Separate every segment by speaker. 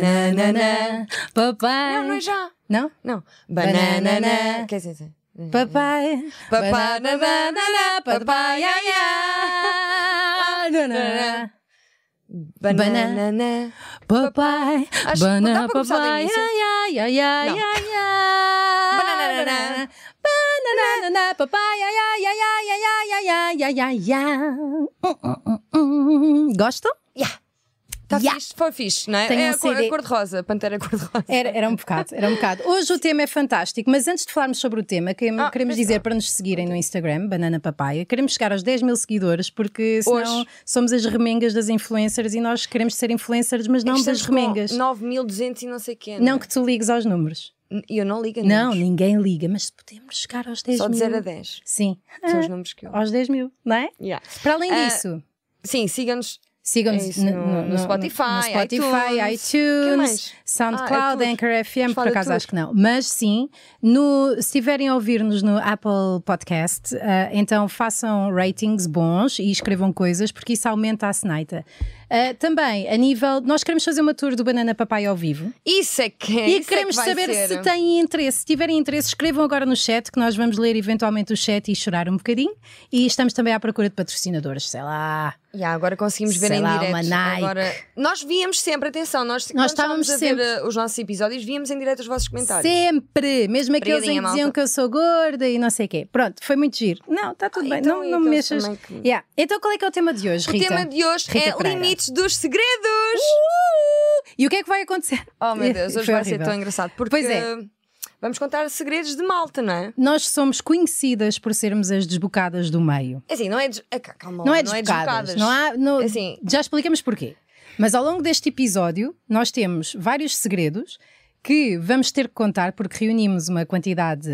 Speaker 1: Bananana, papai.
Speaker 2: Não, não é já.
Speaker 1: Não?
Speaker 2: Não.
Speaker 1: Bananana.
Speaker 2: Bananana. Quer dizer, sim.
Speaker 1: Papai.
Speaker 2: Papai,
Speaker 1: Bananana,
Speaker 2: nananana,
Speaker 1: papai,
Speaker 2: papai,
Speaker 1: ia,
Speaker 2: ia,
Speaker 1: ia. Banana,
Speaker 2: Bananana.
Speaker 1: papai.
Speaker 2: Acho que dá
Speaker 1: Banana,
Speaker 2: para começar do
Speaker 1: papai,
Speaker 2: início.
Speaker 1: ia, ia, ia, ia,
Speaker 2: Não.
Speaker 1: ia.
Speaker 2: Bananana.
Speaker 1: Bananana, papai, ia, ia, ia, ia, ia, ia, ia, ia, ia. Hum, hum, hum, hum. Gostam?
Speaker 2: Tá
Speaker 1: Ya.
Speaker 2: fixe? Foi fixe, não é?
Speaker 1: Tenho
Speaker 2: é
Speaker 1: um
Speaker 2: a cor,
Speaker 1: CD.
Speaker 2: a cor de rosa, pantera cor de rosa.
Speaker 1: Era, era um bocado, era um bocado. Hoje o tema é fantástico, mas antes de falarmos sobre o tema, que-
Speaker 2: Ah,
Speaker 1: queremos
Speaker 2: mas
Speaker 1: dizer para nos seguirem no Instagram, Banana Papaya. Queremos chegar aos 10 mil seguidores, porque senão
Speaker 2: Hoje.
Speaker 1: somos as remengas das influencers e nós queremos ser influencers, mas não É das
Speaker 2: É Estamos com
Speaker 1: remengas.
Speaker 2: 9.200 e não é? sei quê.
Speaker 1: Não que tu ligues aos números.
Speaker 2: E eu não ligo a
Speaker 1: Não,
Speaker 2: números.
Speaker 1: ninguém liga, mas podemos chegar aos 10
Speaker 2: Só
Speaker 1: mil.
Speaker 2: de 0 a 10.
Speaker 1: Sim,
Speaker 2: São os números que eu.
Speaker 1: aos 10 mil, não é?
Speaker 2: Ya.
Speaker 1: Para além
Speaker 2: Ah,
Speaker 1: disso,
Speaker 2: Sim, siga-nos. é
Speaker 1: sigam-nos
Speaker 2: isso, no- no Spotify,
Speaker 1: no Spotify,
Speaker 2: iTunes. Que
Speaker 1: iTunes
Speaker 2: mais? Ah, é
Speaker 1: SoundCloud,
Speaker 2: tudo.
Speaker 1: Anchor FM, por
Speaker 2: Fala
Speaker 1: acaso
Speaker 2: tudo.
Speaker 1: acho que não. Mas sim, no, se estiverem a ouvir-nos no Apple Podcast, ah, então façam ratings bons e escrevam coisas, porque isso aumenta a Senaita. Ah, também, a nível. Nós queremos fazer uma tour do Banana Papai ao vivo
Speaker 2: Isso é que é.
Speaker 1: e
Speaker 2: isso é
Speaker 1: queremos
Speaker 2: que vai
Speaker 1: saber
Speaker 2: ser.
Speaker 1: se têm interesse. Se tiverem interesse, escrevam agora no chat, que nós vamos ler eventualmente o chat e chorar um bocadinho. E estamos também à procura de patrocinadores, sei lá.
Speaker 2: Ya, agora conseguimos ver
Speaker 1: Sei
Speaker 2: em
Speaker 1: lá,
Speaker 2: direto.
Speaker 1: uma Nike.
Speaker 2: Agora, nós víamos sempre, atenção, nós, quando
Speaker 1: estávamos
Speaker 2: a
Speaker 1: sempre.
Speaker 2: ver uh, os nossos episódios, víamos em direto os vossos comentários.
Speaker 1: Sempre! Mesmo aqueles em
Speaker 2: Obrigadinha,
Speaker 1: que diziam
Speaker 2: malta.
Speaker 1: que eu sou gorda e não sei o quê. Pronto, foi muito giro. Não, está tudo
Speaker 2: Ah,
Speaker 1: bem.
Speaker 2: então,
Speaker 1: não
Speaker 2: e
Speaker 1: não me
Speaker 2: aqueles
Speaker 1: mexas.
Speaker 2: também que-
Speaker 1: Yeah. Então qual é que é o tema de hoje,
Speaker 2: O
Speaker 1: Rita?
Speaker 2: tema de hoje
Speaker 1: Rita
Speaker 2: é
Speaker 1: Pereira.
Speaker 2: limites dos segredos.
Speaker 1: E o que é que vai acontecer?
Speaker 2: Oh meu Deus, hoje
Speaker 1: Foi
Speaker 2: vai
Speaker 1: horrível.
Speaker 2: ser tão engraçado. Porque
Speaker 1: Pois é.
Speaker 2: vamos contar segredos de malta, não é?
Speaker 1: Nós somos conhecidas por sermos as desbocadas do meio.
Speaker 2: É Assim, não é. Des... Ah, cá, calma lá,
Speaker 1: Não é
Speaker 2: não é
Speaker 1: desbocadas.
Speaker 2: desbocadas.
Speaker 1: Não há, não-
Speaker 2: Assim.
Speaker 1: Já explicamos porquê. Mas ao longo deste episódio, nós temos vários segredos que vamos ter que contar porque reunimos uma quantidade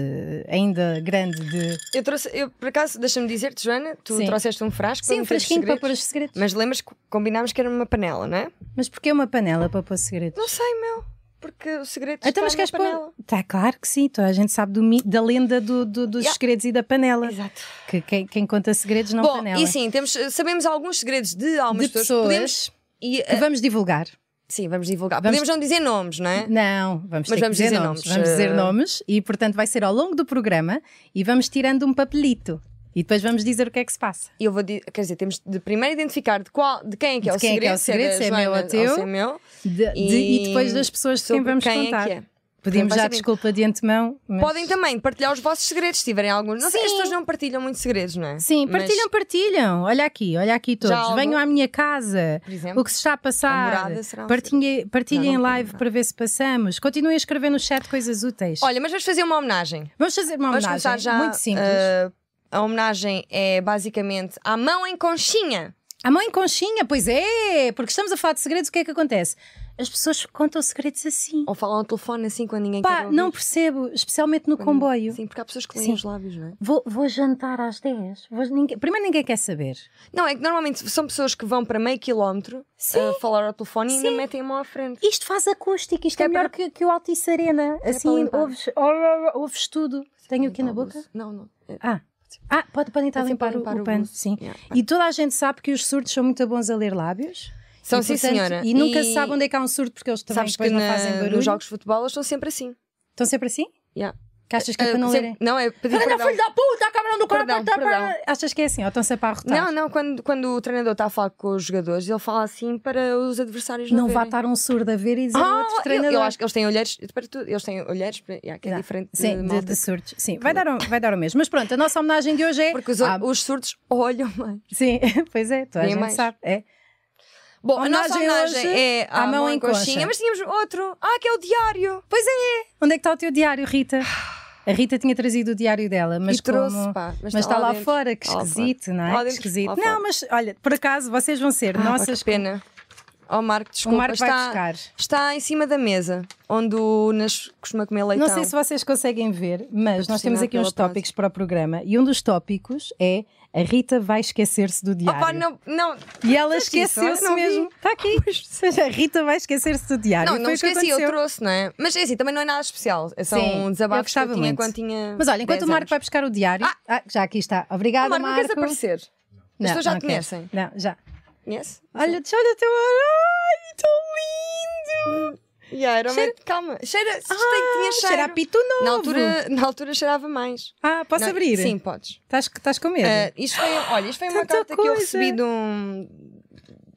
Speaker 1: ainda grande de.
Speaker 2: Eu trouxe, eu, por acaso, deixa-me dizer-te, Joana, tu
Speaker 1: Sim.
Speaker 2: trouxeste um frasco para
Speaker 1: Sim, um
Speaker 2: meter os
Speaker 1: frasquinho para
Speaker 2: segredos,
Speaker 1: pôr os segredos.
Speaker 2: Mas lembras que combinámos que era uma panela, não é?
Speaker 1: Mas porquê uma panela para pôr segredos?
Speaker 2: Não sei, meu. Porque o segredo
Speaker 1: Então, mas
Speaker 2: está
Speaker 1: queres
Speaker 2: na panela.
Speaker 1: pôr? Tá, claro que sim, toda a gente sabe do mi- da lenda do- do- dos
Speaker 2: Yeah.
Speaker 1: segredos e da panela.
Speaker 2: Exato.
Speaker 1: Que quem, quem conta segredos não
Speaker 2: Bom,
Speaker 1: panela.
Speaker 2: e sim, temos, sabemos alguns segredos de algumas
Speaker 1: de pessoas
Speaker 2: Podemos, e,
Speaker 1: que
Speaker 2: eh,
Speaker 1: vamos divulgar.
Speaker 2: sim, vamos divulgar.
Speaker 1: Vamos-
Speaker 2: Podemos não dizer nomes, não é?
Speaker 1: Não,
Speaker 2: Mas
Speaker 1: vamos ter que
Speaker 2: vamos
Speaker 1: dizer,
Speaker 2: dizer
Speaker 1: nomes.
Speaker 2: nomes,
Speaker 1: Vamos
Speaker 2: eh.
Speaker 1: dizer nomes e, portanto, vai ser ao longo do programa e vamos tirando um papelito. E depois vamos dizer o que é que se passa.
Speaker 2: E Eu vou dizer, quer dizer, temos de primeiro identificar de, qual, de quem é que é
Speaker 1: De
Speaker 2: o
Speaker 1: quem é
Speaker 2: segredo,
Speaker 1: que é o segredo,
Speaker 2: da
Speaker 1: se é meu
Speaker 2: Joana
Speaker 1: ou teu.
Speaker 2: se é meu.
Speaker 1: De- de- e... depois das pessoas de quem
Speaker 2: sobre
Speaker 1: vamos
Speaker 2: quem É
Speaker 1: contar.
Speaker 2: que é.
Speaker 1: Podemos
Speaker 2: Vai
Speaker 1: já
Speaker 2: ser bem-
Speaker 1: desculpa de antemão. Mas...
Speaker 2: Podem também partilhar os vossos segredos, se tiverem alguns. Não sei, as
Speaker 1: Sim.
Speaker 2: pessoas não partilham muitos segredos, não é?
Speaker 1: Sim,
Speaker 2: Mas,
Speaker 1: partilham, partilham. Olha aqui, olha aqui todos.
Speaker 2: Já algum-
Speaker 1: Venham à minha casa.
Speaker 2: por exemplo,
Speaker 1: O que se está a
Speaker 2: A
Speaker 1: passar.
Speaker 2: morada será um
Speaker 1: Partilhem,
Speaker 2: Não,
Speaker 1: partilhem
Speaker 2: não
Speaker 1: em
Speaker 2: vou
Speaker 1: live
Speaker 2: lembrar.
Speaker 1: para ver se passamos. Continuem a escrever no chat coisas úteis.
Speaker 2: Olha, mas vamos fazer uma homenagem.
Speaker 1: Vamos fazer uma
Speaker 2: Vamos
Speaker 1: homenagem
Speaker 2: começar já.
Speaker 1: muito simples.
Speaker 2: eh, a homenagem é basicamente à mão em conchinha.
Speaker 1: A mãe conchinha, pois é, porque estamos a falar de segredos, o que é que acontece? As pessoas contam segredos assim.
Speaker 2: Ou falam ao telefone assim quando ninguém quer
Speaker 1: Pá,
Speaker 2: ouvir.
Speaker 1: não percebo, especialmente no comboio.
Speaker 2: Sim, porque há pessoas que leem
Speaker 1: Sim.
Speaker 2: os lábios, não é?
Speaker 1: Vou, vou jantar às 10. Vou- ninguém- primeiro ninguém quer saber.
Speaker 2: Não, é que normalmente são pessoas que vão para meio quilómetro a falar ao telefone e ainda
Speaker 1: Sim.
Speaker 2: metem a mão à frente.
Speaker 1: Isto faz acústica, isto é,
Speaker 2: É
Speaker 1: melhor
Speaker 2: para- É
Speaker 1: que, que o Altice Arena.
Speaker 2: para
Speaker 1: Assim,
Speaker 2: limpar.
Speaker 1: ouves, oh, oh, ouves tudo. Tenho aqui na boca?
Speaker 2: Não, não. É-
Speaker 1: Ah, ah pode, podem estar a
Speaker 2: Assim,
Speaker 1: limpar,
Speaker 2: para
Speaker 1: o, o pano.
Speaker 2: buço.
Speaker 1: Sim.
Speaker 2: Yeah.
Speaker 1: E toda a gente sabe que os surdos são muito bons a ler lábios.
Speaker 2: São
Speaker 1: e,
Speaker 2: sim,
Speaker 1: portanto,
Speaker 2: senhora.
Speaker 1: E nunca se sabe onde é que há um surdo porque eles também
Speaker 2: Sabes
Speaker 1: depois
Speaker 2: que
Speaker 1: não
Speaker 2: na-
Speaker 1: fazem barulho.
Speaker 2: nos jogos de futebol eles estão sempre assim.
Speaker 1: Estão sempre assim?
Speaker 2: Yeah.
Speaker 1: Que achas que é
Speaker 2: Ah,
Speaker 1: para não
Speaker 2: sempre-
Speaker 1: lerem?
Speaker 2: Não, é pedir
Speaker 1: Olha,
Speaker 2: perdão.
Speaker 1: filho da puta, cabrão do corpo!
Speaker 2: Perdão,
Speaker 1: tá,
Speaker 2: perdão.
Speaker 1: pá. Achas que é assim? Ou estão sempre a arrotar?
Speaker 2: Não, não, quando, quando o treinador está a falar com os jogadores, ele fala assim para os adversários não
Speaker 1: Não vá
Speaker 2: verem.
Speaker 1: estar um surdo a ver e dizer ao
Speaker 2: Ah,
Speaker 1: outro
Speaker 2: eu-
Speaker 1: treinador.
Speaker 2: Eu, acho que eles têm olheiros para tudo. Eles têm olheiros para. Yeah, que é
Speaker 1: Dá.
Speaker 2: diferente de
Speaker 1: Sim, de,
Speaker 2: malta.
Speaker 1: de surdos. Sim, vai dar, o, vai dar o mesmo. Mas pronto, a nossa homenagem de hoje é.
Speaker 2: Porque os,
Speaker 1: Ah,
Speaker 2: os surdos olham mais.
Speaker 1: Sim, pois é, toda a
Speaker 2: Nem
Speaker 1: gente
Speaker 2: mais.
Speaker 1: sabe. É.
Speaker 2: Bom, a nossa
Speaker 1: Homenagem
Speaker 2: homenagem
Speaker 1: hoje
Speaker 2: é à mão, em conchinha, mas tínhamos outro. Ah, que é o diário.
Speaker 1: Pois é! Onde é que está o teu diário, Rita? A Rita tinha trazido o diário dela, mas
Speaker 2: e trouxe,
Speaker 1: como-
Speaker 2: pá.
Speaker 1: Mas está lá,
Speaker 2: dentro.
Speaker 1: fora, que
Speaker 2: Está tá lá
Speaker 1: esquisito,
Speaker 2: fora. Tá
Speaker 1: não é?
Speaker 2: Lá
Speaker 1: que
Speaker 2: dentro,
Speaker 1: esquisito.
Speaker 2: lá
Speaker 1: Não,
Speaker 2: fora.
Speaker 1: mas olha, por acaso vocês vão ser
Speaker 2: Ah, pá,
Speaker 1: nossas.
Speaker 2: que pena. Ó, Marco,
Speaker 1: O
Speaker 2: desculpa. tá
Speaker 1: Marco vai
Speaker 2: está,
Speaker 1: buscar.
Speaker 2: está em cima da mesa, onde o Nas costuma comer leitão.
Speaker 1: Não sei se vocês conseguem ver, mas nós
Speaker 2: Impressionado
Speaker 1: temos aqui uns
Speaker 2: pela paz.
Speaker 1: tópicos para o programa e um dos tópicos é a Rita vai esquecer-se do diário.
Speaker 2: Opa, não, não,
Speaker 1: E ela
Speaker 2: Fizeste isso?
Speaker 1: esqueceu-se
Speaker 2: Não vi.
Speaker 1: mesmo. Está aqui. A Rita vai esquecer-se do diário.
Speaker 2: não, não
Speaker 1: Foi
Speaker 2: me
Speaker 1: o que
Speaker 2: esqueci, eu
Speaker 1: aconteceu.
Speaker 2: trouxe, não é? Mas é assim, também não é nada especial. É só
Speaker 1: Sim,
Speaker 2: um
Speaker 1: eu
Speaker 2: desabafo que
Speaker 1: gostava
Speaker 2: eu tinha
Speaker 1: muito.
Speaker 2: quando tinha.
Speaker 1: Mas olha, enquanto o
Speaker 2: 10
Speaker 1: Marco
Speaker 2: anos.
Speaker 1: vai buscar o diário. Ah, já aqui está. Obrigada,
Speaker 2: Ó, Marco, não queres
Speaker 1: Marco.
Speaker 2: aparecer?
Speaker 1: Não,
Speaker 2: pessoas já
Speaker 1: não
Speaker 2: te
Speaker 1: quero.
Speaker 2: conhecem.
Speaker 1: Não, já.
Speaker 2: Conhece?
Speaker 1: Olha, olha o teu ar. Ai, tão lindo!
Speaker 2: Yeah, era cheira... Calma, cheira, se isto tem- tinha cheiro.
Speaker 1: Hum, Ah, Cheira a pito novo.
Speaker 2: na, altura, na altura cheirava mais.
Speaker 1: Ah, posso
Speaker 2: Não-
Speaker 1: abrir?
Speaker 2: Sim, podes.
Speaker 1: Estás, estás com medo?
Speaker 2: Ah, isto foi, olha, isto foi uma
Speaker 1: Tanta
Speaker 2: carta que eu
Speaker 1: coisa.
Speaker 2: recebi de um.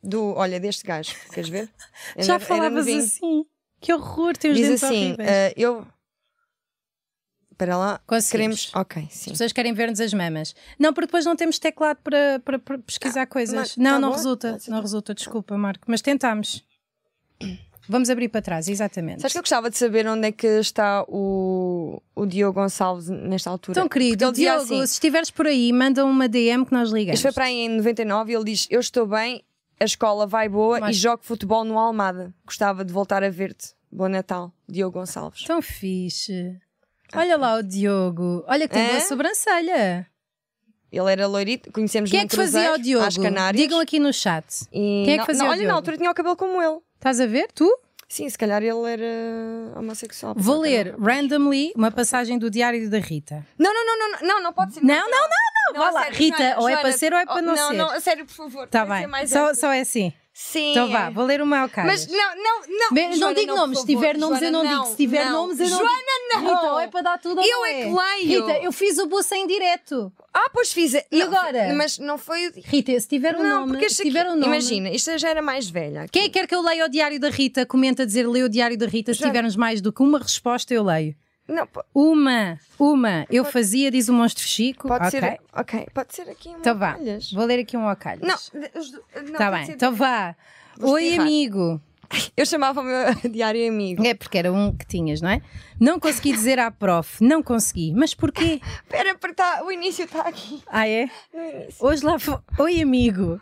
Speaker 2: Do, olha, deste gajo, queres ver? Era-
Speaker 1: Já
Speaker 2: era
Speaker 1: falavas
Speaker 2: novinho.
Speaker 1: assim. Que horror, tem os
Speaker 2: Diz
Speaker 1: dentes
Speaker 2: assim:
Speaker 1: horríveis.
Speaker 2: ah, eu. Para lá,
Speaker 1: Conseguimos.
Speaker 2: queremos. Ok, sim.
Speaker 1: As pessoas querem ver-nos as mamas. Não, porque depois não temos teclado para, para, para pesquisar coisas.
Speaker 2: mas
Speaker 1: não,
Speaker 2: tá
Speaker 1: não
Speaker 2: bom.
Speaker 1: resulta.
Speaker 2: Pode ser.
Speaker 1: Não resulta, desculpa, Marco. Mas tentámos. Vamos abrir para trás, exatamente.
Speaker 2: Sabes que eu gostava de saber onde é que está o, o Diogo Gonçalves nesta altura?
Speaker 1: Então,
Speaker 2: Porque
Speaker 1: querido,
Speaker 2: ele dizia
Speaker 1: Diogo,
Speaker 2: assim,
Speaker 1: se estiveres por aí, manda uma DM que nós ligamos.
Speaker 2: Isto foi para aí em 99 e ele diz: Eu estou bem, a escola vai boa
Speaker 1: Mas-
Speaker 2: e jogo futebol no Almada. Gostava de voltar a ver-te. Bom Natal, Diogo Gonçalves.
Speaker 1: Tão fixe. Olha lá o Diogo. Olha que tem
Speaker 2: Ah, É?
Speaker 1: boa sobrancelha.
Speaker 2: Ele era loirito, conhecemos
Speaker 1: Quem é
Speaker 2: num
Speaker 1: que fazia
Speaker 2: cruzeiro,
Speaker 1: o Diogo?
Speaker 2: Às Canárias.
Speaker 1: Digam aqui no chat.
Speaker 2: E
Speaker 1: quem é que
Speaker 2: na-
Speaker 1: fazia
Speaker 2: na-
Speaker 1: o
Speaker 2: Olha,
Speaker 1: Diogo?
Speaker 2: na altura tinha o cabelo como ele.
Speaker 1: Estás a ver? Tu?
Speaker 2: Sim, se calhar ele era homossexual.
Speaker 1: Vou
Speaker 2: Não,
Speaker 1: ler randomly uma passagem do diário da Rita.
Speaker 2: Não, não, não, não, não, não pode ser.
Speaker 1: Não, não, não, não.
Speaker 2: a
Speaker 1: Vá lá,
Speaker 2: sério,
Speaker 1: Rita,
Speaker 2: Joana,
Speaker 1: ou é
Speaker 2: Joana,
Speaker 1: para ser ou é para
Speaker 2: oh,
Speaker 1: não,
Speaker 2: Não,
Speaker 1: ser.
Speaker 2: a sério, por favor.
Speaker 1: Tá
Speaker 2: tem que ser
Speaker 1: bem,
Speaker 2: mais
Speaker 1: só,
Speaker 2: esta.
Speaker 1: só é assim.
Speaker 2: Sim. é.
Speaker 1: Então vá, vou ler uma ao Calhas.
Speaker 2: Mas não, não, não.
Speaker 1: Mas não
Speaker 2: Joana,
Speaker 1: digo
Speaker 2: por
Speaker 1: nomes, se
Speaker 2: favor.
Speaker 1: tiver nomes eu não, digo, se tiver
Speaker 2: não.
Speaker 1: nomes eu não
Speaker 2: Joana,
Speaker 1: digo.
Speaker 2: não.
Speaker 1: Rita, ou é para dar tudo ou
Speaker 2: Eu
Speaker 1: não
Speaker 2: é que
Speaker 1: é?
Speaker 2: leio.
Speaker 1: Rita, eu fiz o buço em direto.
Speaker 2: Ah, pois fiz. E
Speaker 1: agora?
Speaker 2: Mas não foi o.
Speaker 1: Rita, se tiver um
Speaker 2: não,
Speaker 1: nome,
Speaker 2: porque
Speaker 1: se
Speaker 2: este aqui-
Speaker 1: tiver um nome...
Speaker 2: Imagina, isto já era mais velha. aqui.
Speaker 1: Quem é que quer que eu leia o diário da Rita, comenta a dizer leia o diário da Rita. Se
Speaker 2: Joana.
Speaker 1: tivermos mais do que uma resposta, eu leio.
Speaker 2: Não, po-
Speaker 1: Uma, uma, eu fazia, diz o monstro Chico.
Speaker 2: pode
Speaker 1: Ok.
Speaker 2: ser. Ok, pode ser aqui uma
Speaker 1: Então vá,
Speaker 2: Olhas.
Speaker 1: vou ler aqui um ao Calhas.
Speaker 2: Não, de- os do- não,
Speaker 1: Tá
Speaker 2: pode
Speaker 1: bem,
Speaker 2: ser-
Speaker 1: então vá.
Speaker 2: Vou
Speaker 1: Oi,
Speaker 2: espirrar.
Speaker 1: amigo.
Speaker 2: Eu chamava o meu diário amigo.
Speaker 1: É porque era um que tinhas, não é? Não consegui dizer à prof, não consegui. Mas porquê?
Speaker 2: Espera, porque tá- o início está aqui.
Speaker 1: Ah, é?
Speaker 2: No início.
Speaker 1: Hoje lá fui. Oi, amigo.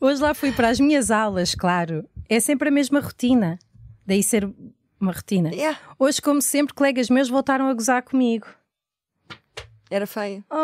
Speaker 1: Hoje lá fui para as minhas aulas, claro. É sempre a mesma rotina. Daí ser uma rotina.
Speaker 2: Yeah,
Speaker 1: Hoje, como sempre, colegas meus voltaram a gozar comigo.
Speaker 2: era feia.
Speaker 1: Oh,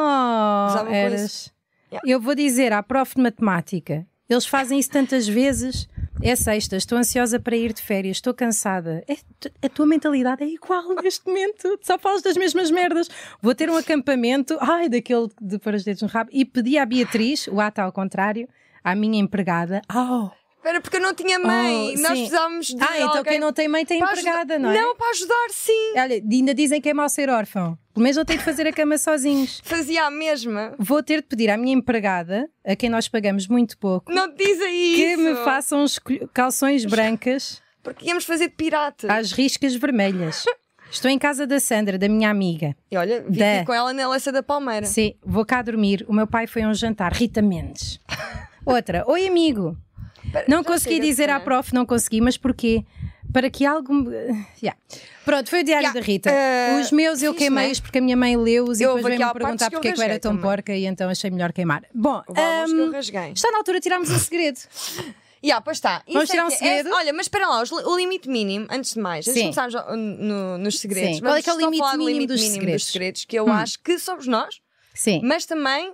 Speaker 2: Gozavam com
Speaker 1: eras.
Speaker 2: Yeah.
Speaker 1: Eu vou dizer à prof de matemática. Eles fazem isso tantas vezes. É sexta, estou ansiosa para ir de férias, estou cansada. É, tu- a tua mentalidade é igual neste momento. Só falas das mesmas merdas. Vou ter um acampamento, ai, daquele de pôr os dedos no rabo. E pedi à Beatriz, o ato ao contrário, à minha empregada. Oh.
Speaker 2: Espera, porque eu não tinha mãe.
Speaker 1: Oh,
Speaker 2: Nós
Speaker 1: sim.
Speaker 2: precisávamos de.
Speaker 1: Ah, então
Speaker 2: alguém
Speaker 1: quem não tem mãe tem
Speaker 2: para ajudar-
Speaker 1: empregada, não é?
Speaker 2: Não, para ajudar, sim.
Speaker 1: Olha, ainda dizem que é mau ser órfão. Pelo menos eu tenho de fazer a cama sozinhos.
Speaker 2: Fazia a mesma.
Speaker 1: vou ter de pedir à minha empregada, a quem nós pagamos muito pouco,
Speaker 2: Não te diz aí
Speaker 1: que
Speaker 2: isso.
Speaker 1: me façam uns col- calções brancas
Speaker 2: Porque íamos fazer de pirata.
Speaker 1: às riscas vermelhas. Estou em casa da Sandra, da minha amiga.
Speaker 2: E olha, vi
Speaker 1: Da.
Speaker 2: aqui com ela na Leça da Palmeira.
Speaker 1: Sim, vou cá dormir. O meu pai foi a um jantar. Rita Mendes. Outra. Oi, amigo.
Speaker 2: Espera,
Speaker 1: Não
Speaker 2: já
Speaker 1: consegui
Speaker 2: chega de
Speaker 1: dizer à
Speaker 2: falar.
Speaker 1: prof, não consegui, mas porquê? Para que algo. me- Yeah. Pronto, foi o diário
Speaker 2: Yeah,
Speaker 1: da Rita.
Speaker 2: eh,
Speaker 1: os meus eu
Speaker 2: fixe,
Speaker 1: queimei-os porque a minha mãe leu-os e
Speaker 2: Eu
Speaker 1: depois
Speaker 2: houve aqui
Speaker 1: veio-me
Speaker 2: há partes
Speaker 1: perguntar
Speaker 2: que eu
Speaker 1: porque é que eu era
Speaker 2: rasguei
Speaker 1: tão
Speaker 2: também.
Speaker 1: porca e então achei melhor queimar. Bom,
Speaker 2: Houve alguns que eu
Speaker 1: hum,
Speaker 2: rasguei.
Speaker 1: está na altura de tirarmos o segredo.
Speaker 2: Ya, pois está. Isso
Speaker 1: Vamos
Speaker 2: é
Speaker 1: tirar um
Speaker 2: que é-
Speaker 1: segredo?
Speaker 2: olha, mas espera lá, os li- o limite mínimo, antes de mais, antes de
Speaker 1: Sim.
Speaker 2: começarmos ah, no- nos segredos.
Speaker 1: Sim. Qual é que é o
Speaker 2: vamos só
Speaker 1: limite
Speaker 2: falar do
Speaker 1: mínimo
Speaker 2: limite
Speaker 1: dos
Speaker 2: mínimo
Speaker 1: segredos? Hum.
Speaker 2: que eu acho que somos nós,
Speaker 1: Sim.
Speaker 2: mas também.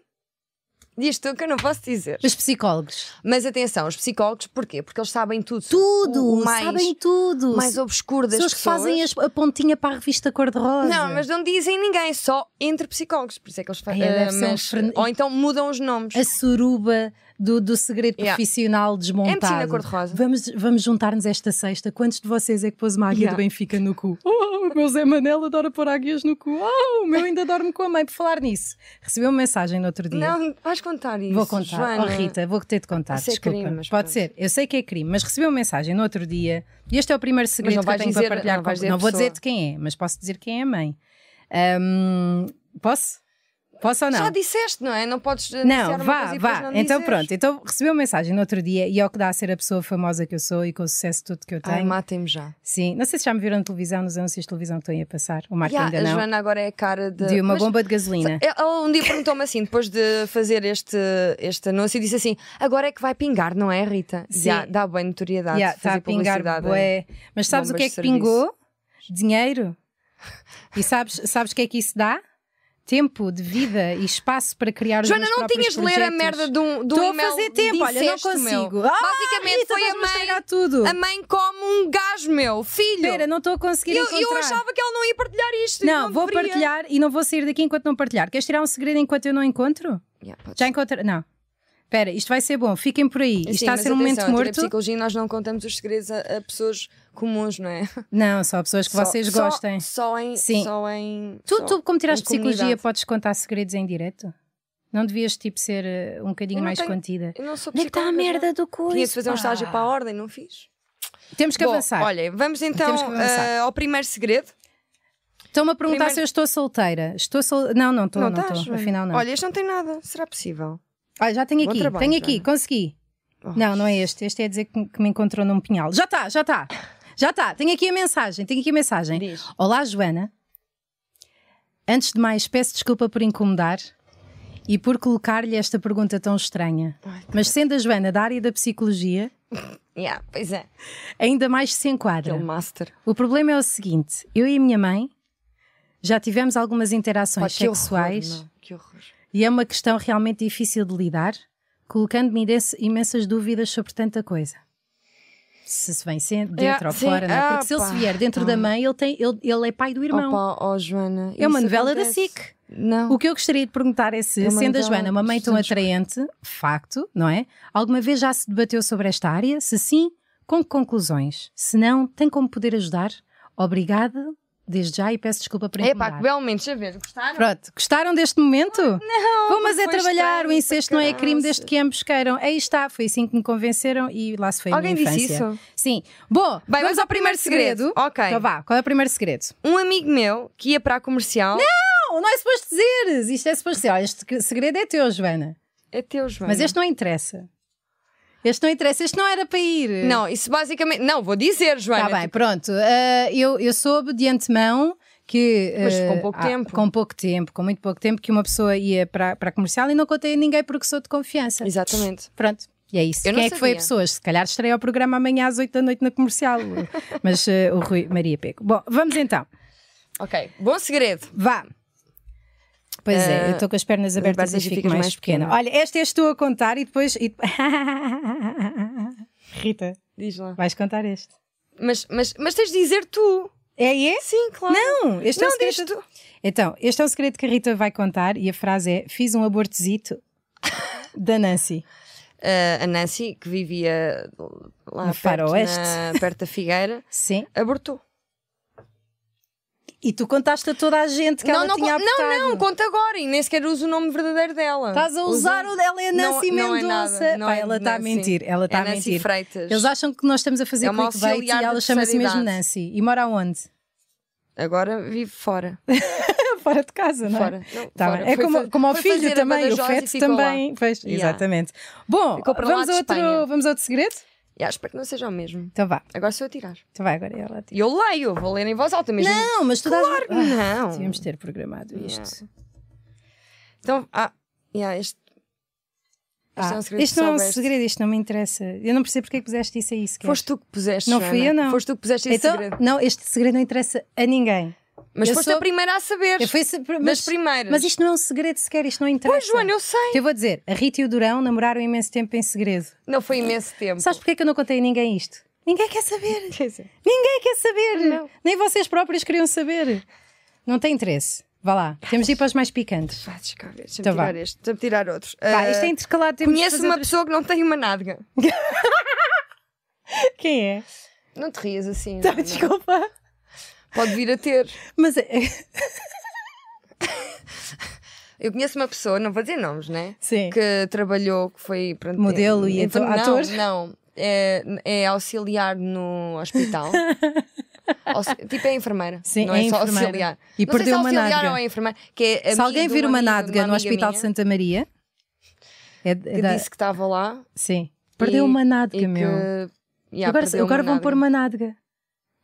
Speaker 2: Diz tu que eu não posso dizer.
Speaker 1: Os psicólogos.
Speaker 2: Mas atenção, os psicólogos, porquê? Porque eles sabem tudo.
Speaker 1: Tudo,
Speaker 2: O mais,
Speaker 1: sabem tudo.
Speaker 2: o mais obscuro das
Speaker 1: São os que fazem as- a pontinha para a revista cor-de-rosa.
Speaker 2: Não, mas não dizem ninguém, só entre psicólogos. Por isso é que eles fazem.
Speaker 1: Ai, deve ser um fren- Assim.
Speaker 2: Ou então mudam os nomes.
Speaker 1: A suruba do, do segredo
Speaker 2: Yeah.
Speaker 1: profissional
Speaker 2: É
Speaker 1: desmontado.
Speaker 2: medicina cor-de-rosa.
Speaker 1: Vamos, vamos juntar-nos esta sexta. Quantos de vocês é que pôs uma águia
Speaker 2: Yeah.
Speaker 1: do Benfica no cu? Oh, o meu Zé Manel adora pôr águias no cu. Oh, o meu ainda dorme com a mãe. Por falar nisso, recebi uma mensagem no outro dia.
Speaker 2: Não, vais contar isso.
Speaker 1: Vou contar.
Speaker 2: Joana.
Speaker 1: Oh, Rita, vou ter de contar.
Speaker 2: Isso é
Speaker 1: desculpa.
Speaker 2: crime, mas
Speaker 1: Pode
Speaker 2: pronto.
Speaker 1: ser. Eu sei que é crime, mas recebi uma mensagem no outro dia. E este é o primeiro segredo
Speaker 2: não
Speaker 1: que eu
Speaker 2: vais
Speaker 1: tenho
Speaker 2: dizer-
Speaker 1: para partilhar
Speaker 2: não
Speaker 1: com
Speaker 2: vais dizer a
Speaker 1: Não vou
Speaker 2: pessoa.
Speaker 1: dizer de quem é, mas posso dizer quem é a mãe. Ahm, posso? Posso ou não?
Speaker 2: Já disseste, não é? Não podes. anunciar
Speaker 1: Não,
Speaker 2: uma
Speaker 1: vá,
Speaker 2: coisa e depois
Speaker 1: vá.
Speaker 2: não
Speaker 1: então
Speaker 2: dizeres.
Speaker 1: pronto, então recebi uma mensagem no outro dia e ao que dá a ser a pessoa famosa que eu sou e com o sucesso todo que eu tenho.
Speaker 2: Ai, matem-me já.
Speaker 1: Sim, não sei se já me viram na televisão, nos anúncios de televisão que estão aí a passar. O Marco
Speaker 2: Ya,
Speaker 1: ainda
Speaker 2: a
Speaker 1: não.
Speaker 2: Joana agora é a cara de.
Speaker 1: De uma
Speaker 2: Mas-
Speaker 1: bomba de gasolina.
Speaker 2: Ela um dia perguntou-me assim, depois de fazer este, este anúncio, e disse assim: agora é que vai pingar, não é, Rita?
Speaker 1: Sim.
Speaker 2: Já, dá bem notoriedade.
Speaker 1: Yeah,
Speaker 2: fazer
Speaker 1: tá a pingar
Speaker 2: publicidade. é.
Speaker 1: bué. Mas sabes o que é
Speaker 2: bombas
Speaker 1: que
Speaker 2: de serviço.
Speaker 1: pingou? Dinheiro. E sabes, sabes o que é que isso dá? Tempo de vida e espaço para criar os
Speaker 2: Joana,
Speaker 1: meus
Speaker 2: não
Speaker 1: próprios
Speaker 2: tinhas de ler a
Speaker 1: projetos.
Speaker 2: merda de um, de um
Speaker 1: Estou a
Speaker 2: e-mail
Speaker 1: fazer tempo, olha, não
Speaker 2: incesto, meu.
Speaker 1: consigo. Ah,
Speaker 2: Basicamente
Speaker 1: Rita,
Speaker 2: foi a
Speaker 1: estás-me
Speaker 2: mãe-
Speaker 1: estragar tudo.
Speaker 2: A mãe come um gás, meu filho.
Speaker 1: Espera, não estou a conseguir
Speaker 2: eu, eu
Speaker 1: encontrar.
Speaker 2: achava que ela não ia partilhar isto. e
Speaker 1: Não, vou
Speaker 2: deveria.
Speaker 1: partilhar e não vou sair daqui enquanto não partilhar. Queres tirar um segredo enquanto eu não encontro?
Speaker 2: Yeah, pode
Speaker 1: Já
Speaker 2: ser.
Speaker 1: encontrei. Não. Espera, isto vai ser bom, fiquem por aí. Isto
Speaker 2: Sim,
Speaker 1: está a
Speaker 2: mas
Speaker 1: ser um
Speaker 2: atenção,
Speaker 1: momento
Speaker 2: eu tirei
Speaker 1: morto.
Speaker 2: psicologia e nós não contamos os segredos a, a pessoas comuns, não é?
Speaker 1: Não, só pessoas que
Speaker 2: Só-
Speaker 1: vocês
Speaker 2: só-
Speaker 1: gostem.
Speaker 2: Só em.
Speaker 1: Sim.
Speaker 2: Só em
Speaker 1: Tu,
Speaker 2: só
Speaker 1: tu, como tiraste
Speaker 2: em
Speaker 1: psicologia,
Speaker 2: comunidade.
Speaker 1: podes contar segredos em direto? Não devias, tipo, ser eh, um bocadinho
Speaker 2: Eu não
Speaker 1: mais
Speaker 2: tenho-
Speaker 1: contida?
Speaker 2: Eu não sou
Speaker 1: Onde é que está a
Speaker 2: psicóloga,
Speaker 1: merda do curso?
Speaker 2: Tinha de fazer um estágio para a ordem, não fiz.
Speaker 1: Temos que
Speaker 2: Bom,
Speaker 1: avançar.
Speaker 2: Olha, vamos então
Speaker 1: Temos que avançar.
Speaker 2: eh, ao primeiro segredo.
Speaker 1: Estão-me a perguntar
Speaker 2: primeiro-
Speaker 1: se eu estou solteira. Estou sol... Não, não estou, não
Speaker 2: estás,
Speaker 1: estou.
Speaker 2: Joana?
Speaker 1: Afinal, não. Olha,
Speaker 2: Olha, este não tem nada. Será possível?
Speaker 1: já tenho
Speaker 2: bom
Speaker 1: aqui,
Speaker 2: trabalho,
Speaker 1: tenho aqui,
Speaker 2: Joana. Oh.
Speaker 1: consegui. Não, não é este. Este é dizer que, que me encontrou num pinhal. Já está, já está. Já está. Tenho aqui a mensagem, tenho aqui a mensagem.
Speaker 2: Diz.
Speaker 1: Olá, Joana. Antes de mais, peço desculpa por incomodar e por colocar-lhe esta pergunta tão estranha.
Speaker 2: Ai,
Speaker 1: Mas sendo a Joana da área da psicologia,
Speaker 2: Yeah, pois é.
Speaker 1: ainda mais se enquadra.
Speaker 2: Aquele master.
Speaker 1: O problema é o seguinte: eu e a minha mãe já tivemos algumas
Speaker 2: Pá,
Speaker 1: interações
Speaker 2: que
Speaker 1: sexuais
Speaker 2: horror, não, que horror.
Speaker 1: e é uma questão realmente difícil de lidar, colocando-me imensa- imensas dúvidas sobre tanta coisa. Se se vem sen- dentro
Speaker 2: Yeah,
Speaker 1: ou
Speaker 2: sim.
Speaker 1: fora, não é? Porque
Speaker 2: Ah,
Speaker 1: se ele se
Speaker 2: pá,
Speaker 1: vier dentro da
Speaker 2: então.
Speaker 1: mãe, ele, tem, ele, ele é pai do irmão.
Speaker 2: Opa, oh, Joana.
Speaker 1: é uma
Speaker 2: isso
Speaker 1: novela
Speaker 2: acontece.
Speaker 1: da SIC.
Speaker 2: Não.
Speaker 1: O que eu gostaria de perguntar é se,
Speaker 2: É uma
Speaker 1: sendo a
Speaker 2: novela
Speaker 1: Joana uma mãe tão
Speaker 2: bastante
Speaker 1: atraente, facto, não é? Alguma vez já se debateu sobre esta área? Se sim, com que conclusões? Se não, tem como poder ajudar? Obrigada desde já e peço desculpa por
Speaker 2: Epá, que
Speaker 1: incomodar.
Speaker 2: belo momento, deixa ver. Gostaram?
Speaker 1: Pronto, gostaram deste momento?
Speaker 2: Não,
Speaker 1: Vão, mas
Speaker 2: foi
Speaker 1: é trabalhar,
Speaker 2: estranho,
Speaker 1: o incesto não é
Speaker 2: caraças.
Speaker 1: crime desde que ambos queiram. Aí está, foi assim que me convenceram e lá se foi a
Speaker 2: Alguém
Speaker 1: minha
Speaker 2: disse
Speaker 1: infância.
Speaker 2: isso?
Speaker 1: Sim. Bom,
Speaker 2: Bem,
Speaker 1: vamos ao primeiro segredo.
Speaker 2: Ok.
Speaker 1: Então vá, qual é o primeiro segredo?
Speaker 2: Um amigo meu que ia para a comercial.
Speaker 1: Não, não é suposto dizeres. Isto é suposto dizer. Olha, este segredo é teu, Joana.
Speaker 2: É teu, Joana.
Speaker 1: Mas este não interessa. Este não interessa, este não era para ir.
Speaker 2: Não, isso basicamente. Não, vou dizer, Joana. tipo-
Speaker 1: Está bem, pronto. Ah, eu, eu soube de antemão que.
Speaker 2: Mas
Speaker 1: ah,
Speaker 2: com pouco tempo.
Speaker 1: Com pouco tempo, com muito pouco tempo, que uma pessoa ia para, para a comercial e não contei a ninguém porque sou de confiança.
Speaker 2: Exatamente.
Speaker 1: Pronto. E é isso.
Speaker 2: Eu não
Speaker 1: Quem é que foi a
Speaker 2: sabia.
Speaker 1: pessoas? Se calhar estreia o programa amanhã às 8 da noite na comercial. Mas ah, o Rui Maria Pego. Bom, vamos então.
Speaker 2: Ok. Bom segredo.
Speaker 1: Vá. Pois é,
Speaker 2: Ah,
Speaker 1: eu estou com as pernas abertas,
Speaker 2: abertas
Speaker 1: e
Speaker 2: e
Speaker 1: fico
Speaker 2: ficas
Speaker 1: mais,
Speaker 2: mais
Speaker 1: pequena.
Speaker 2: pequena.
Speaker 1: Olha, esta és tu a contar e depois. e depois- Rita,
Speaker 2: Diz lá.
Speaker 1: vais contar este.
Speaker 2: Mas, mas, mas tens de dizer tu.
Speaker 1: É, é?
Speaker 2: Sim, claro.
Speaker 1: Não, este é um
Speaker 2: não diz
Speaker 1: segredo.
Speaker 2: tu.
Speaker 1: Então, este é um segredo que a Rita vai contar e a frase é: Fiz um abortezito da Nancy.
Speaker 2: Ah, a Nancy, que vivia lá
Speaker 1: No
Speaker 2: perto,
Speaker 1: faroeste.
Speaker 2: na- perto da Figueira,
Speaker 1: Sim.
Speaker 2: abortou. E
Speaker 1: Tu contaste a toda a gente que
Speaker 2: não,
Speaker 1: ela
Speaker 2: não,
Speaker 1: tinha
Speaker 2: con- não,
Speaker 1: abortado.
Speaker 2: não, conta agora e nem sequer uso o nome verdadeiro dela.
Speaker 1: Estás a usar
Speaker 2: Usa-
Speaker 1: o dela, é a
Speaker 2: Não-
Speaker 1: Nancy
Speaker 2: não é nada,
Speaker 1: Mendonça.
Speaker 2: não
Speaker 1: Pá,
Speaker 2: é
Speaker 1: ela está a
Speaker 2: Nancy.
Speaker 1: mentir, ela está
Speaker 2: é
Speaker 1: Tá a
Speaker 2: Nancy
Speaker 1: mentir.
Speaker 2: Freitas.
Speaker 1: Eles acham que nós estamos a fazer
Speaker 2: É uma
Speaker 1: clickbait e
Speaker 2: auxiliar
Speaker 1: ela
Speaker 2: da
Speaker 1: chama-se
Speaker 2: terceira
Speaker 1: mesmo
Speaker 2: idade.
Speaker 1: Nancy. E mora onde?
Speaker 2: Agora vive fora.
Speaker 1: fora de casa, não é?
Speaker 2: Fora. Não,
Speaker 1: Tá
Speaker 2: fora.
Speaker 1: bem. É
Speaker 2: Foi-
Speaker 1: como,
Speaker 2: foi-
Speaker 1: como ao
Speaker 2: foi
Speaker 1: filho
Speaker 2: fazer a
Speaker 1: também, o
Speaker 2: Badajoz e
Speaker 1: feto
Speaker 2: ficou lá.
Speaker 1: também. Pois,
Speaker 2: Yeah.
Speaker 1: Exatamente. Bom,
Speaker 2: Ficou para lá
Speaker 1: vamos
Speaker 2: de
Speaker 1: a, outro,
Speaker 2: Espanha.
Speaker 1: vamos a outro segredo?
Speaker 2: Yeah, espero que não seja o mesmo.
Speaker 1: Então vá,
Speaker 2: Agora sou eu a tirar.
Speaker 1: então vai agora ela.
Speaker 2: E eu leio, vou ler em voz alta mesmo.
Speaker 1: Não, mas tu dás. Ah,
Speaker 2: Claro que não.
Speaker 1: Devíamos ter programado isto.
Speaker 2: Então, ah, yeah, este. Este é um
Speaker 1: Ah,
Speaker 2: segredo.
Speaker 1: isto não é um
Speaker 2: soubeste.
Speaker 1: segredo, isto não me interessa. Eu não percebo porque é que puseste isso aí sequer.
Speaker 2: Foste tu que puseste.
Speaker 1: Não fui
Speaker 2: Joana.
Speaker 1: eu, não.
Speaker 2: Foste tu que puseste esse
Speaker 1: então,
Speaker 2: segredo.
Speaker 1: Não, este segredo não interessa a ninguém.
Speaker 2: Mas
Speaker 1: eu
Speaker 2: foste
Speaker 1: sou-
Speaker 2: a primeira a saber.
Speaker 1: Eu fui se- mas,
Speaker 2: das primeiras.
Speaker 1: mas isto não é um segredo sequer, isto não interessa.
Speaker 2: Pois, Joana, eu sei.
Speaker 1: Então eu vou dizer, a Rita e o Durão namoraram imenso tempo em segredo.
Speaker 2: Não foi imenso tempo.
Speaker 1: Sabes é porquê que eu não contei a ninguém isto? Ninguém quer saber.
Speaker 2: Quer dizer,
Speaker 1: Ninguém quer saber.
Speaker 2: Não.
Speaker 1: Nem vocês próprios queriam saber. Não tem interesse. Vá lá. Temos de ir para os mais picantes.
Speaker 2: Vá, deixa cá ver. Deixa-me
Speaker 1: Então vá.
Speaker 2: tirar este. Deixa-me tirar outros.
Speaker 1: Vá,
Speaker 2: Ah,
Speaker 1: isto é intercalado. Temos de
Speaker 2: Conheço
Speaker 1: fazer
Speaker 2: uma
Speaker 1: outras-
Speaker 2: pessoa que não tem uma nádega.
Speaker 1: Quem é?
Speaker 2: Não te rias assim.
Speaker 1: Tá,
Speaker 2: Joana.
Speaker 1: desculpa.
Speaker 2: Pode vir a ter.
Speaker 1: Mas é-
Speaker 2: Eu conheço uma pessoa, não vou dizer nomes, né?
Speaker 1: Sim.
Speaker 2: Que trabalhou, que foi. pronto,
Speaker 1: Modelo
Speaker 2: é-
Speaker 1: e
Speaker 2: então-
Speaker 1: ator-
Speaker 2: não,
Speaker 1: ator?
Speaker 2: Não, é, é auxiliar no hospital. Aux- tipo, é enfermeira.
Speaker 1: Sim,
Speaker 2: não
Speaker 1: é
Speaker 2: é, só
Speaker 1: enfermeira.
Speaker 2: auxiliar.
Speaker 1: E
Speaker 2: não sei
Speaker 1: perdeu
Speaker 2: se é
Speaker 1: uma
Speaker 2: auxiliar
Speaker 1: nádega.
Speaker 2: ou é enfermeira. Que é
Speaker 1: Se
Speaker 2: amiga
Speaker 1: alguém
Speaker 2: de
Speaker 1: vir
Speaker 2: um
Speaker 1: uma
Speaker 2: amigo, de
Speaker 1: nádega no
Speaker 2: amiga
Speaker 1: Hospital de
Speaker 2: minha,
Speaker 1: Santa Maria. É, é
Speaker 2: Que
Speaker 1: da-
Speaker 2: disse que estava lá.
Speaker 1: Sim. Perdeu uma
Speaker 2: e
Speaker 1: nádega,
Speaker 2: É que,
Speaker 1: é meu.
Speaker 2: yeah,
Speaker 1: agora
Speaker 2: perdeu
Speaker 1: agora
Speaker 2: uma nádega.
Speaker 1: vão
Speaker 2: É.
Speaker 1: pôr uma nádega.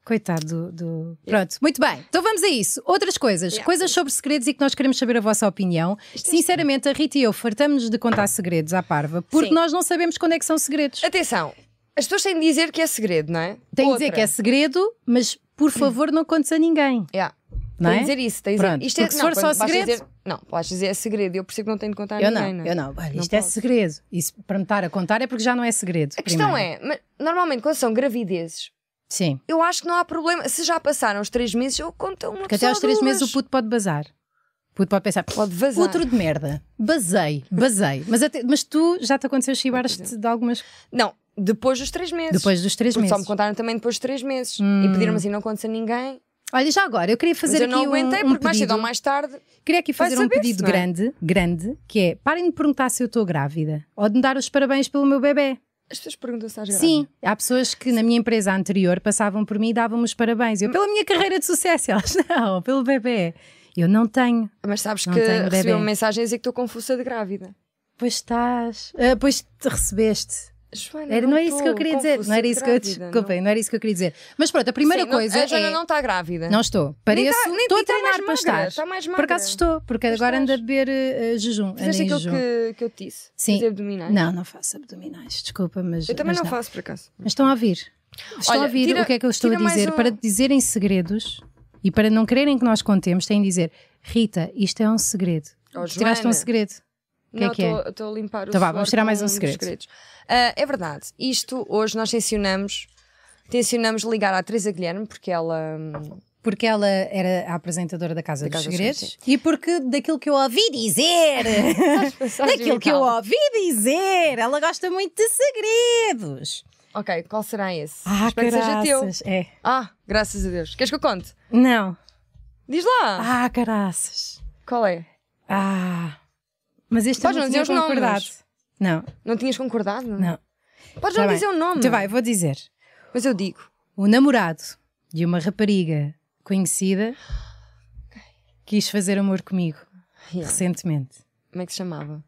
Speaker 1: Coitado do. do- Pronto, muito bem. Então vamos a isso. Outras coisas.
Speaker 2: Yeah.
Speaker 1: Coisas sobre segredos e que nós queremos saber a vossa opinião. Sinceramente, a Rita e eu fartamos de contar segredos à parva porque
Speaker 2: Sim.
Speaker 1: nós não sabemos quando é que são segredos.
Speaker 2: Atenção, as pessoas têm de dizer que é segredo, não é?
Speaker 1: Tem de dizer que é segredo, mas por favor não contes a ninguém.
Speaker 2: Yeah.
Speaker 1: Não
Speaker 2: tem
Speaker 1: é?
Speaker 2: de dizer isso, tem de dizer.
Speaker 1: Pronto,
Speaker 2: Isto é,
Speaker 1: porque se
Speaker 2: não,
Speaker 1: for só
Speaker 2: quando basta
Speaker 1: segredo-
Speaker 2: dizer- não, podes dizer é segredo, eu percebo que não tenho de contar a
Speaker 1: Eu
Speaker 2: ninguém.
Speaker 1: não,
Speaker 2: é?
Speaker 1: eu não. Olha,
Speaker 2: Não
Speaker 1: isto é
Speaker 2: posso.
Speaker 1: segredo. Isso para me estar a contar é porque já não é segredo.
Speaker 2: A questão
Speaker 1: primeiro.
Speaker 2: é, mas, normalmente quando são gravidezes,
Speaker 1: Sim,
Speaker 2: eu acho que não há problema. Se já passaram os três meses, eu conto a uma
Speaker 1: porque até
Speaker 2: pessoa
Speaker 1: aos três
Speaker 2: duas.
Speaker 1: meses o puto pode bazar. O puto pode pensar.
Speaker 2: Pode vazar.
Speaker 1: Outro de merda. Basei, basei. Mas, até- mas tu já te aconteceu chibares-te de algumas.
Speaker 2: Não, Depois dos três meses.
Speaker 1: Depois dos
Speaker 2: é.
Speaker 1: três
Speaker 2: Porque
Speaker 1: meses. Hum.
Speaker 2: só me contaram também depois dos três meses. E pediram-me assim: não contes a ninguém.
Speaker 1: Olha, já agora, eu queria
Speaker 2: Mas
Speaker 1: fazer
Speaker 2: eu
Speaker 1: aqui
Speaker 2: não aguentei,
Speaker 1: um, um
Speaker 2: porque mais cedo
Speaker 1: pedido.
Speaker 2: ou mais tarde.
Speaker 1: Queria aqui
Speaker 2: Vai
Speaker 1: fazer um
Speaker 2: saber-se,
Speaker 1: pedido
Speaker 2: não é?
Speaker 1: grande, grande, que é parem de perguntar se eu estou grávida ou de me dar os parabéns pelo meu bebê.
Speaker 2: As pessoas perguntam se estás grávida.
Speaker 1: Sim, há pessoas que na minha empresa anterior passavam por mim e davam-me os parabéns. Eu, pela minha carreira de sucesso, elas não, pelo bebê. Eu não tenho.
Speaker 2: Mas sabes
Speaker 1: Não
Speaker 2: que
Speaker 1: tenho
Speaker 2: recebi uma
Speaker 1: bebê.
Speaker 2: mensagem a dizer que estou confusa de grávida.
Speaker 1: Pois estás. Ah, pois te recebeste.
Speaker 2: Joana,
Speaker 1: Era, não é isso que eu
Speaker 2: estou
Speaker 1: queria dizer.
Speaker 2: confusa
Speaker 1: Não era
Speaker 2: de
Speaker 1: isso que eu.
Speaker 2: grávida,
Speaker 1: Desculpem, não. era isso que eu queria dizer. Mas pronto, a primeira
Speaker 2: Sim, não-
Speaker 1: coisa.
Speaker 2: a Joana
Speaker 1: é...
Speaker 2: não está grávida.
Speaker 1: Não estou. Pareço.
Speaker 2: tá- nem
Speaker 1: estou a
Speaker 2: tá
Speaker 1: treinar
Speaker 2: mais
Speaker 1: para
Speaker 2: magra,
Speaker 1: estar.
Speaker 2: tá mais
Speaker 1: Por acaso
Speaker 2: magra.
Speaker 1: estou, porque
Speaker 2: Pois
Speaker 1: agora ando a
Speaker 2: estás.
Speaker 1: beber eh, jejum. ando
Speaker 2: Fizeste
Speaker 1: em
Speaker 2: aquilo
Speaker 1: jejum.
Speaker 2: que, que eu te disse?
Speaker 1: Sim.
Speaker 2: Fazer abdominais?
Speaker 1: Não, não faço abdominais, desculpa, mas.
Speaker 2: Eu também
Speaker 1: mas
Speaker 2: não faço, por acaso.
Speaker 1: Mas estão a ouvir. Estão
Speaker 2: Olha,
Speaker 1: a ouvir
Speaker 2: tira-
Speaker 1: o que é que eu estou a
Speaker 2: tira mais
Speaker 1: dizer.
Speaker 2: um-
Speaker 1: Para dizerem segredos e para não quererem que nós contemos, têm de dizer: Rita, isto é um segredo.
Speaker 2: Oh,
Speaker 1: Tiraste
Speaker 2: Joana.
Speaker 1: um segredo. O que é
Speaker 2: não,
Speaker 1: que é?
Speaker 2: estou a limpar o
Speaker 1: Tá vá,
Speaker 2: suor
Speaker 1: vamos tirar mais
Speaker 2: com
Speaker 1: um
Speaker 2: dos
Speaker 1: segredo.
Speaker 2: segredos. Ah, é verdade. Isto, hoje, nós tencionamos, tencionamos ligar à Teresa Guilherme, porque ela... hum,
Speaker 1: Porque ela era a apresentadora da Casa,
Speaker 2: Da Casa
Speaker 1: dos,
Speaker 2: dos
Speaker 1: segredos,
Speaker 2: Segredos,
Speaker 1: e porque daquilo que eu ouvi dizer, daquilo É que eu ouvi dizer, ela gosta muito de segredos.
Speaker 2: Ok, qual será esse?
Speaker 1: Ah,
Speaker 2: Espero que seja teu.
Speaker 1: caraças. É.
Speaker 2: Ah, graças a Deus. Queres que eu conte?
Speaker 1: Não.
Speaker 2: Diz lá.
Speaker 1: Ah, caraças.
Speaker 2: Qual é?
Speaker 1: Ah. Mas este
Speaker 2: Podes
Speaker 1: eu
Speaker 2: não dizer
Speaker 1: não tinha
Speaker 2: os nomes.
Speaker 1: concordado. Não,
Speaker 2: Não tinhas concordado?
Speaker 1: não.
Speaker 2: Podes
Speaker 1: Tá
Speaker 2: não
Speaker 1: bem.
Speaker 2: dizer o nome.
Speaker 1: Tu vai, vou dizer.
Speaker 2: Mas eu digo.
Speaker 1: O namorado de uma rapariga conhecida quis fazer amor comigo
Speaker 2: Yeah.
Speaker 1: recentemente.
Speaker 2: Como é que se chamava?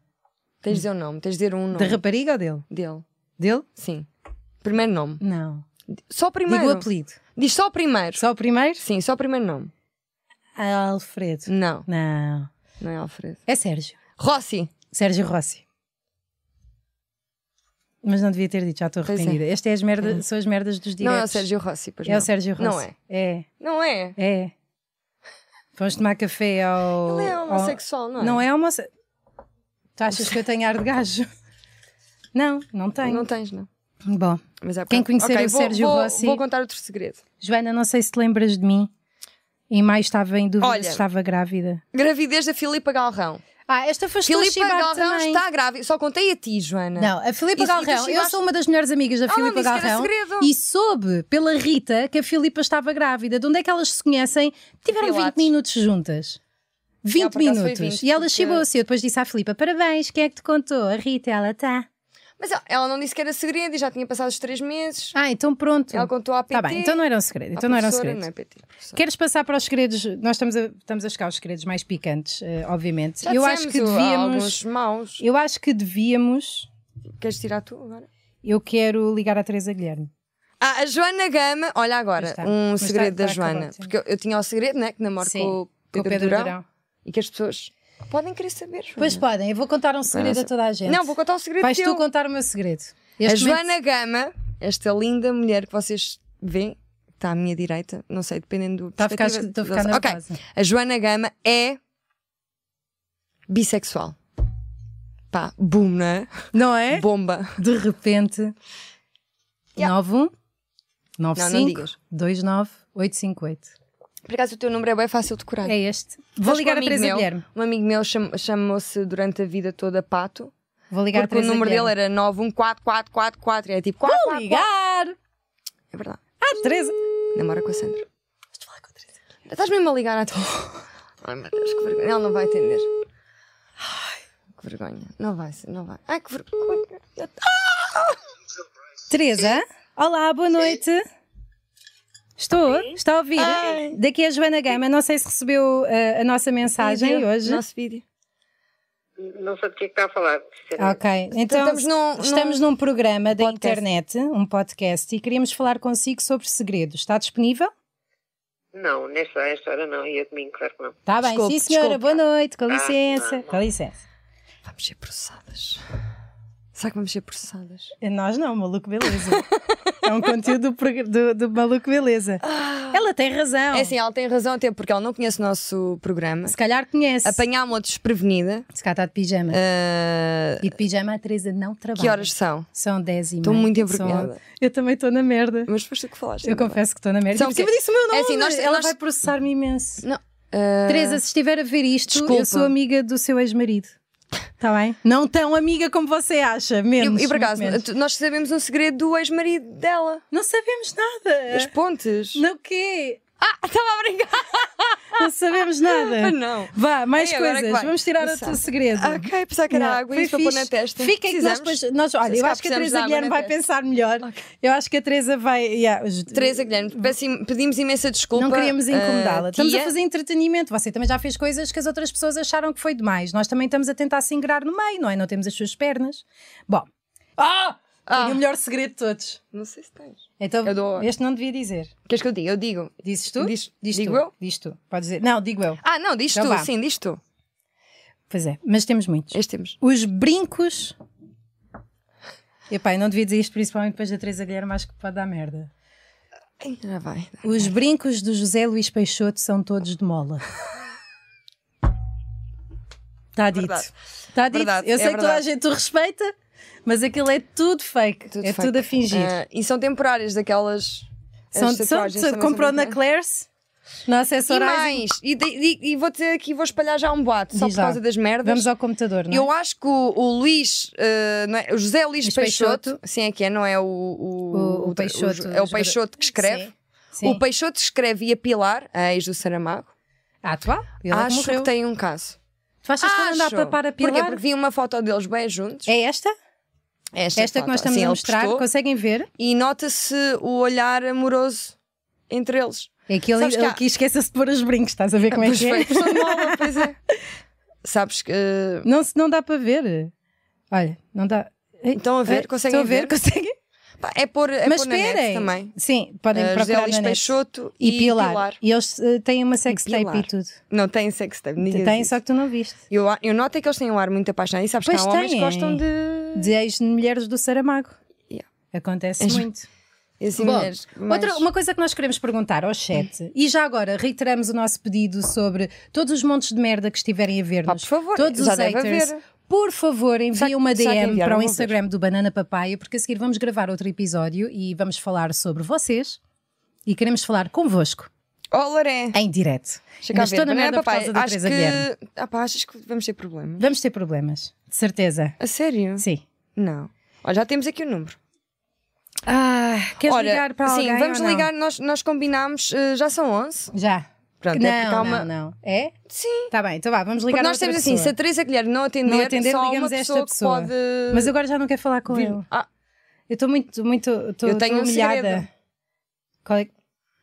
Speaker 2: Tens de dizer o nome. Tens de dizer um nome
Speaker 1: Da rapariga ou dele?
Speaker 2: dele.
Speaker 1: Dele?
Speaker 2: Sim. Primeiro nome.
Speaker 1: Não.
Speaker 2: Só o primeiro.
Speaker 1: Digo o apelido.
Speaker 2: Diz só o primeiro.
Speaker 1: Só o primeiro?
Speaker 2: Sim, só o primeiro nome.
Speaker 1: Alfredo.
Speaker 2: Não,
Speaker 1: Não.
Speaker 2: não é Alfredo.
Speaker 1: É Sérgio.
Speaker 2: Rossi.
Speaker 1: Sérgio Rossi. Mas não devia ter dito, já estou
Speaker 2: Pois é.
Speaker 1: arrependida. Estas é as merda- são as merdas dos diretos.
Speaker 2: Não é o Sérgio Rossi, pois
Speaker 1: É
Speaker 2: não.
Speaker 1: o Sérgio Rossi.
Speaker 2: Não é.
Speaker 1: É,
Speaker 2: Não é.
Speaker 1: é. Vamos tomar café ao.
Speaker 2: Ele é
Speaker 1: ao-
Speaker 2: homossexual, não é?
Speaker 1: Oh, Não é homossexual. Tu achas que eu tenho ar de gajo? Não, não tenho.
Speaker 2: Não tens, não.
Speaker 1: Bom,
Speaker 2: Mas é
Speaker 1: Quem
Speaker 2: pronto.
Speaker 1: conhecer
Speaker 2: Ok,
Speaker 1: o
Speaker 2: vou-
Speaker 1: Sérgio
Speaker 2: vou-
Speaker 1: Rossi-
Speaker 2: Vou contar outro segredo.
Speaker 1: Joana, não sei se te lembras de mim. Em maio estava em dúvida
Speaker 2: Olha.
Speaker 1: se estava grávida.
Speaker 2: Gravidez da Filipa Galrão.
Speaker 1: Ah, esta foi
Speaker 2: Filipa Galrão está grávida. Só contei a ti, Joana.
Speaker 1: Não, a Filipa
Speaker 2: E- e tu
Speaker 1: Galrão, eu
Speaker 2: chegaste-
Speaker 1: sou uma das melhores amigas da
Speaker 2: Ela
Speaker 1: Filipa
Speaker 2: disse que era
Speaker 1: Galrão
Speaker 2: segredo.
Speaker 1: e soube pela Rita que a Filipa estava grávida. De onde é que elas se conhecem? Tiveram
Speaker 2: Pilates.
Speaker 1: 20 minutos juntas. 20
Speaker 2: por acaso foi
Speaker 1: minutos.
Speaker 2: 20,
Speaker 1: e ela
Speaker 2: porque-
Speaker 1: chegou-se. Eu depois disse à Filipa: parabéns, quem é que te contou? A Rita, ela "Tá." está.
Speaker 2: Mas ela- ela não disse que era segredo e já tinha passado os três meses.
Speaker 1: Ah, então pronto.
Speaker 2: Ela contou à PT.
Speaker 1: Está bem, então não era um segredo. Então não era um
Speaker 2: professora,
Speaker 1: segredo.
Speaker 2: Não é PT, professora.
Speaker 1: Queres passar para os segredos? Nós estamos a, estamos a chegar aos segredos mais picantes, eh, obviamente.
Speaker 2: Já
Speaker 1: eu acho
Speaker 2: dissemos,
Speaker 1: que
Speaker 2: há
Speaker 1: devíamos.
Speaker 2: Alguns maus.
Speaker 1: Eu acho que devíamos.
Speaker 2: Queres tirar tu agora?
Speaker 1: Eu quero ligar à Teresa Guilherme.
Speaker 2: Ah, a Joana Gama, olha agora,
Speaker 1: Está.
Speaker 2: um
Speaker 1: Mas
Speaker 2: segredo da
Speaker 1: está- está
Speaker 2: Joana.
Speaker 1: acabado, sim.
Speaker 2: porque eu, eu tinha o segredo, né? Que namoro
Speaker 1: Sim,
Speaker 2: com o
Speaker 1: Com o
Speaker 2: Pedro,
Speaker 1: Pedro
Speaker 2: Durão,
Speaker 1: Durão.
Speaker 2: E que as pessoas podem querer saber. Joana.
Speaker 1: Pois podem, eu vou contar um segredo a toda a gente.
Speaker 2: Não, vou contar o segredo
Speaker 1: Vais
Speaker 2: teu.
Speaker 1: tu contar o meu segredo.
Speaker 2: um- A
Speaker 1: Este momento-
Speaker 2: Joana Gama, esta linda mulher que vocês veem, que está à minha direita, não sei, dependendo do.
Speaker 1: Está Tá a ficar,
Speaker 2: perspectiva,
Speaker 1: estou a ficar
Speaker 2: da- Ok.
Speaker 1: nervosa.
Speaker 2: A Joana Gama é bissexual. Pá, boom, não é?
Speaker 1: Não é?
Speaker 2: Bomba.
Speaker 1: De repente.
Speaker 2: Yeah.
Speaker 1: 91
Speaker 2: não
Speaker 1: 95
Speaker 2: digas.
Speaker 1: 29 858.
Speaker 2: Por acaso o teu número é bem fácil de decorar.
Speaker 1: É este. Vou
Speaker 2: Sabes que
Speaker 1: ligar
Speaker 2: um
Speaker 1: a
Speaker 2: amigo
Speaker 1: Teresa
Speaker 2: meu-
Speaker 1: Guilherme.
Speaker 2: Um amigo meu cham- chamou-se durante a vida toda Pato,
Speaker 1: Vou ligar
Speaker 2: porque
Speaker 1: a
Speaker 2: o
Speaker 1: Teresa
Speaker 2: número dele
Speaker 1: Guilherme.
Speaker 2: era 914444 e é tipo 4,
Speaker 1: Vou ligar
Speaker 2: É verdade.
Speaker 1: à Ah, Teresa.
Speaker 2: Namora com a Sandra. Estás mesmo a ligar à tua. Ai meu Deus, que vergonha. Ela não vai atender. Ai, que vergonha. Não vai, não vai. Ai, que vergonha.
Speaker 1: Teresa, olá, boa noite. Estou, está a ouvir.
Speaker 2: Ai.
Speaker 1: Daqui é a Joana Gama, não sei se recebeu uh, a nossa mensagem
Speaker 2: Vídeo,
Speaker 1: é hoje.
Speaker 2: Nosso vídeo.
Speaker 3: Não sei do que é que está a falar.
Speaker 2: Ah.
Speaker 3: sinceramente.
Speaker 1: Ok, então
Speaker 2: Estamos
Speaker 1: estamos
Speaker 2: num-
Speaker 1: num, programa da
Speaker 2: podcast.
Speaker 1: internet, um podcast, e queríamos falar consigo sobre segredos. Está disponível?
Speaker 3: Não, nesta esta hora não, e a domingo, claro que não.
Speaker 1: Está Tá bem,
Speaker 2: Desculpe,
Speaker 1: sim senhora,
Speaker 2: desculpe.
Speaker 1: boa noite, com licença.
Speaker 3: não, não.
Speaker 1: Com licença.
Speaker 2: Vamos ser processadas. Será que vamos ser processadas?
Speaker 1: Nós não, Maluco Beleza. é um conteúdo do, prog- do, do Maluco Beleza. Ela tem razão.
Speaker 2: É assim, ela tem razão até porque ela não conhece o nosso programa.
Speaker 1: Se calhar conhece.
Speaker 2: Apanhámo-la desprevenida.
Speaker 1: Se calhar está de pijama.
Speaker 2: Ah,
Speaker 1: E de pijama a Teresa não trabalha.
Speaker 2: que horas são?
Speaker 1: São 10 e
Speaker 2: Estou
Speaker 1: meia,
Speaker 2: muito
Speaker 1: são
Speaker 2: envergonhada.
Speaker 1: onze. Eu também estou na merda.
Speaker 2: Mas foste tu que falaste. é?
Speaker 1: Eu
Speaker 2: ainda bem.
Speaker 1: confesso que estou na merda.
Speaker 2: São
Speaker 1: E por cima
Speaker 2: quê?
Speaker 1: disse o meu nome.
Speaker 2: É assim, nós-
Speaker 1: Ela
Speaker 2: nós-
Speaker 1: vai processar-me imenso.
Speaker 2: Não. ah,
Speaker 1: Teresa, se estiver a ver isto,
Speaker 2: Desculpa.
Speaker 1: eu sou amiga do seu ex-marido.
Speaker 2: Tá
Speaker 1: Está bem? Não tão amiga como você acha, menos.
Speaker 2: e, e por
Speaker 1: muito
Speaker 2: acaso,
Speaker 1: menos.
Speaker 2: tu- nós sabemos um segredo do ex-marido dela.
Speaker 1: Não sabemos nada.
Speaker 2: As pontes.
Speaker 1: No quê?
Speaker 2: Ah, É. estava a brincar.
Speaker 1: Não sabemos nada.
Speaker 2: Ah, não.
Speaker 1: Vá, mais
Speaker 2: Ei, agora é que
Speaker 1: coisas.
Speaker 2: vai.
Speaker 1: Vamos tirar o
Speaker 2: Exato.
Speaker 1: teu segredo.
Speaker 2: Ah, ok, pensava que era
Speaker 1: Não,
Speaker 2: água
Speaker 1: foi
Speaker 2: e isso para pôr
Speaker 1: fixe.
Speaker 2: na testa.
Speaker 1: Fiquem que nós
Speaker 2: Precisamos?
Speaker 1: depois. Nós, olha,
Speaker 2: Se
Speaker 1: eu
Speaker 2: cá
Speaker 1: acho que a
Speaker 2: precisamos de
Speaker 1: Teresa
Speaker 2: água
Speaker 1: Guilherme
Speaker 2: na
Speaker 1: vai
Speaker 2: testa.
Speaker 1: pensar melhor.
Speaker 2: Ok.
Speaker 1: Eu acho que a Teresa vai. yeah, os-
Speaker 2: Teresa Guilherme, peço- pedimos imensa desculpa.
Speaker 1: Não queríamos
Speaker 2: ah,
Speaker 1: incomodá-la. Estamos a
Speaker 2: tia.
Speaker 1: fazer entretenimento. Você também já fez coisas que as outras pessoas acharam que foi demais. Nós também estamos a tentar se ingrar no meio, não é? Não temos as suas pernas. Bom. Ah!
Speaker 2: Ah.
Speaker 1: Tenho o melhor segredo de todos.
Speaker 2: Não sei se tens.
Speaker 1: Então,
Speaker 2: Eu dou-
Speaker 1: este não devia dizer.
Speaker 2: Queres que eu diga? Eu digo.
Speaker 1: Dizes tu?
Speaker 2: Diz-
Speaker 1: Diz
Speaker 2: digo
Speaker 1: tu.
Speaker 2: eu?
Speaker 1: Diz tu. Pode dizer. Não, digo eu.
Speaker 2: Ah, não, diz
Speaker 1: Então
Speaker 2: tu.
Speaker 1: vá.
Speaker 2: Sim, diz tu.
Speaker 1: Pois é, mas temos muitos.
Speaker 2: Este temos.
Speaker 1: Os brincos. Epá, eu não devia dizer isto principalmente depois da Teresa Guilherme, acho que pode dar merda.
Speaker 2: Ai, Já vai.
Speaker 1: Os brincos do José Luís Peixoto são todos de mola. Está Tá dito.
Speaker 2: Verdade.
Speaker 1: Está dito.
Speaker 2: Verdade,
Speaker 1: eu
Speaker 2: é
Speaker 1: sei que toda a
Speaker 2: verdade.
Speaker 1: gente o respeita, mas aquilo é tudo fake. é
Speaker 2: fake.
Speaker 1: tudo a fingir.
Speaker 2: Ah, e são temporárias daquelas. as
Speaker 1: são, são,
Speaker 2: tatuagens
Speaker 1: são,
Speaker 2: também
Speaker 1: comprou na
Speaker 2: temporárias.
Speaker 1: Claire's, na
Speaker 2: E
Speaker 1: assessorais.
Speaker 2: mais, e, de- e- e vou dizer aqui, vou espalhar já um boato, só
Speaker 1: Diz
Speaker 2: por
Speaker 1: lá.
Speaker 2: causa das merdas.
Speaker 1: Vamos ao computador, não é?
Speaker 2: Eu acho que o, o Luís, eh, não é? o José Luís
Speaker 1: Luís
Speaker 2: Peixoto,
Speaker 1: Peixoto.
Speaker 2: sim é que é, não é o, o,
Speaker 1: O- o Peixoto,
Speaker 2: é o
Speaker 1: jogador.
Speaker 2: Peixoto que escreve.
Speaker 1: Sim. Sim.
Speaker 2: O Peixoto escreve e a Pilar, a ex do Saramago,
Speaker 1: Ah, atual? Ele é que
Speaker 2: acho
Speaker 1: morreu.
Speaker 2: que tem um caso.
Speaker 1: Tu achas que ele anda a papar a Pilar?
Speaker 2: Porquê? Porque vi uma foto deles bem juntos.
Speaker 1: É esta?
Speaker 2: Esta, é
Speaker 1: Esta que
Speaker 2: foto,
Speaker 1: nós estamos
Speaker 2: sim,
Speaker 1: a
Speaker 2: ele
Speaker 1: mostrar,
Speaker 2: postou,
Speaker 1: conseguem ver?
Speaker 2: E nota-se o olhar amoroso entre eles.
Speaker 1: É que ele,
Speaker 2: Sabes que
Speaker 1: ele
Speaker 2: há-
Speaker 1: que esquece-se de pôr os brincos, estás a ver como é
Speaker 2: Pois
Speaker 1: que
Speaker 2: foi,
Speaker 1: é?
Speaker 2: pessoa nova, pois é. Sabes que. eh,
Speaker 1: Não, se- não dá para ver. Olha, não dá. Ei,
Speaker 2: Estão a ver?
Speaker 1: ei,
Speaker 2: Conseguem
Speaker 1: estão a
Speaker 2: ver?
Speaker 1: ver? Conseguem?
Speaker 2: pá, É pôr, é
Speaker 1: Mas
Speaker 2: pôr na net
Speaker 1: esperem.
Speaker 2: também.
Speaker 1: Sim, podem
Speaker 2: Eh, José
Speaker 1: procurar
Speaker 2: Luís
Speaker 1: na net.
Speaker 2: Peixoto
Speaker 1: e, Pilar. E eles eh, têm uma
Speaker 2: E
Speaker 1: sextape
Speaker 2: Pilar.
Speaker 1: e, tudo.
Speaker 2: Não tem sextape, ninguém
Speaker 1: Tem,
Speaker 2: diz.
Speaker 1: só que tu não viste.
Speaker 2: Eu, eu noto é que eles têm um ar muito apaixonado e sabes
Speaker 1: Pois
Speaker 2: que há homens que
Speaker 1: têm.
Speaker 2: gostam de.
Speaker 1: De ex-mulheres do Saramago.
Speaker 2: Hum. Yeah.
Speaker 1: Acontece
Speaker 2: Ex-
Speaker 1: muito.
Speaker 2: de assim,
Speaker 1: Bom,
Speaker 2: mulheres, mas-
Speaker 1: Outra, uma coisa que nós queremos perguntar ao chat, e já agora reiteramos o nosso pedido sobre todos os montes de merda que estiverem a
Speaker 2: Pá,
Speaker 1: ver-nos.
Speaker 2: por favor,
Speaker 1: todos
Speaker 2: já
Speaker 1: os
Speaker 2: deve
Speaker 1: haters,
Speaker 2: haver.
Speaker 1: Por favor,
Speaker 2: Será-
Speaker 1: enviem uma
Speaker 2: será que
Speaker 1: DM
Speaker 2: enviaram?
Speaker 1: para o
Speaker 2: Vou ver.
Speaker 1: Instagram do Banana Papaya, porque a seguir vamos gravar outro episódio e vamos falar sobre vocês e queremos falar convosco
Speaker 2: Oh, Loré!
Speaker 1: em direto.
Speaker 2: Chega a
Speaker 1: Ainda
Speaker 2: ver,
Speaker 1: estou na
Speaker 2: banana
Speaker 1: merda por
Speaker 2: papai,
Speaker 1: causa da
Speaker 2: acho
Speaker 1: Teresa
Speaker 2: que...
Speaker 1: Guilherme.
Speaker 2: ah, pá, achas que vamos ter problemas?
Speaker 1: Vamos ter problemas, de certeza.
Speaker 2: A sério?
Speaker 1: Sim.
Speaker 2: Não. Ó, já temos aqui o número. Ah,
Speaker 1: Queres
Speaker 2: Ora,
Speaker 1: ligar para
Speaker 2: sim,
Speaker 1: alguém?
Speaker 2: vamos
Speaker 1: ou não?
Speaker 2: ligar, nnós, nós combinámos, eh, já são 11.
Speaker 1: Já.
Speaker 2: Pronto, é porque há
Speaker 1: não,
Speaker 2: uma.
Speaker 1: não, não. É?
Speaker 2: Sim,
Speaker 1: Está bem, então vá, vamos ligar
Speaker 2: porque
Speaker 1: a
Speaker 2: nós
Speaker 1: outra
Speaker 2: temos assim: se
Speaker 1: pessoa.
Speaker 2: a Teresa Guilherme não atender,
Speaker 1: Não atender,
Speaker 2: só há uma
Speaker 1: ligamos esta
Speaker 2: pessoa,
Speaker 1: pessoa.
Speaker 2: que pode.
Speaker 1: Mas agora já não quero falar com
Speaker 2: vir-
Speaker 1: ele.
Speaker 2: Ah,
Speaker 1: Eu estou muito, muito, estou
Speaker 2: Eu tenho
Speaker 1: estou
Speaker 2: um
Speaker 1: humilhada.
Speaker 2: segredo.
Speaker 1: Qual é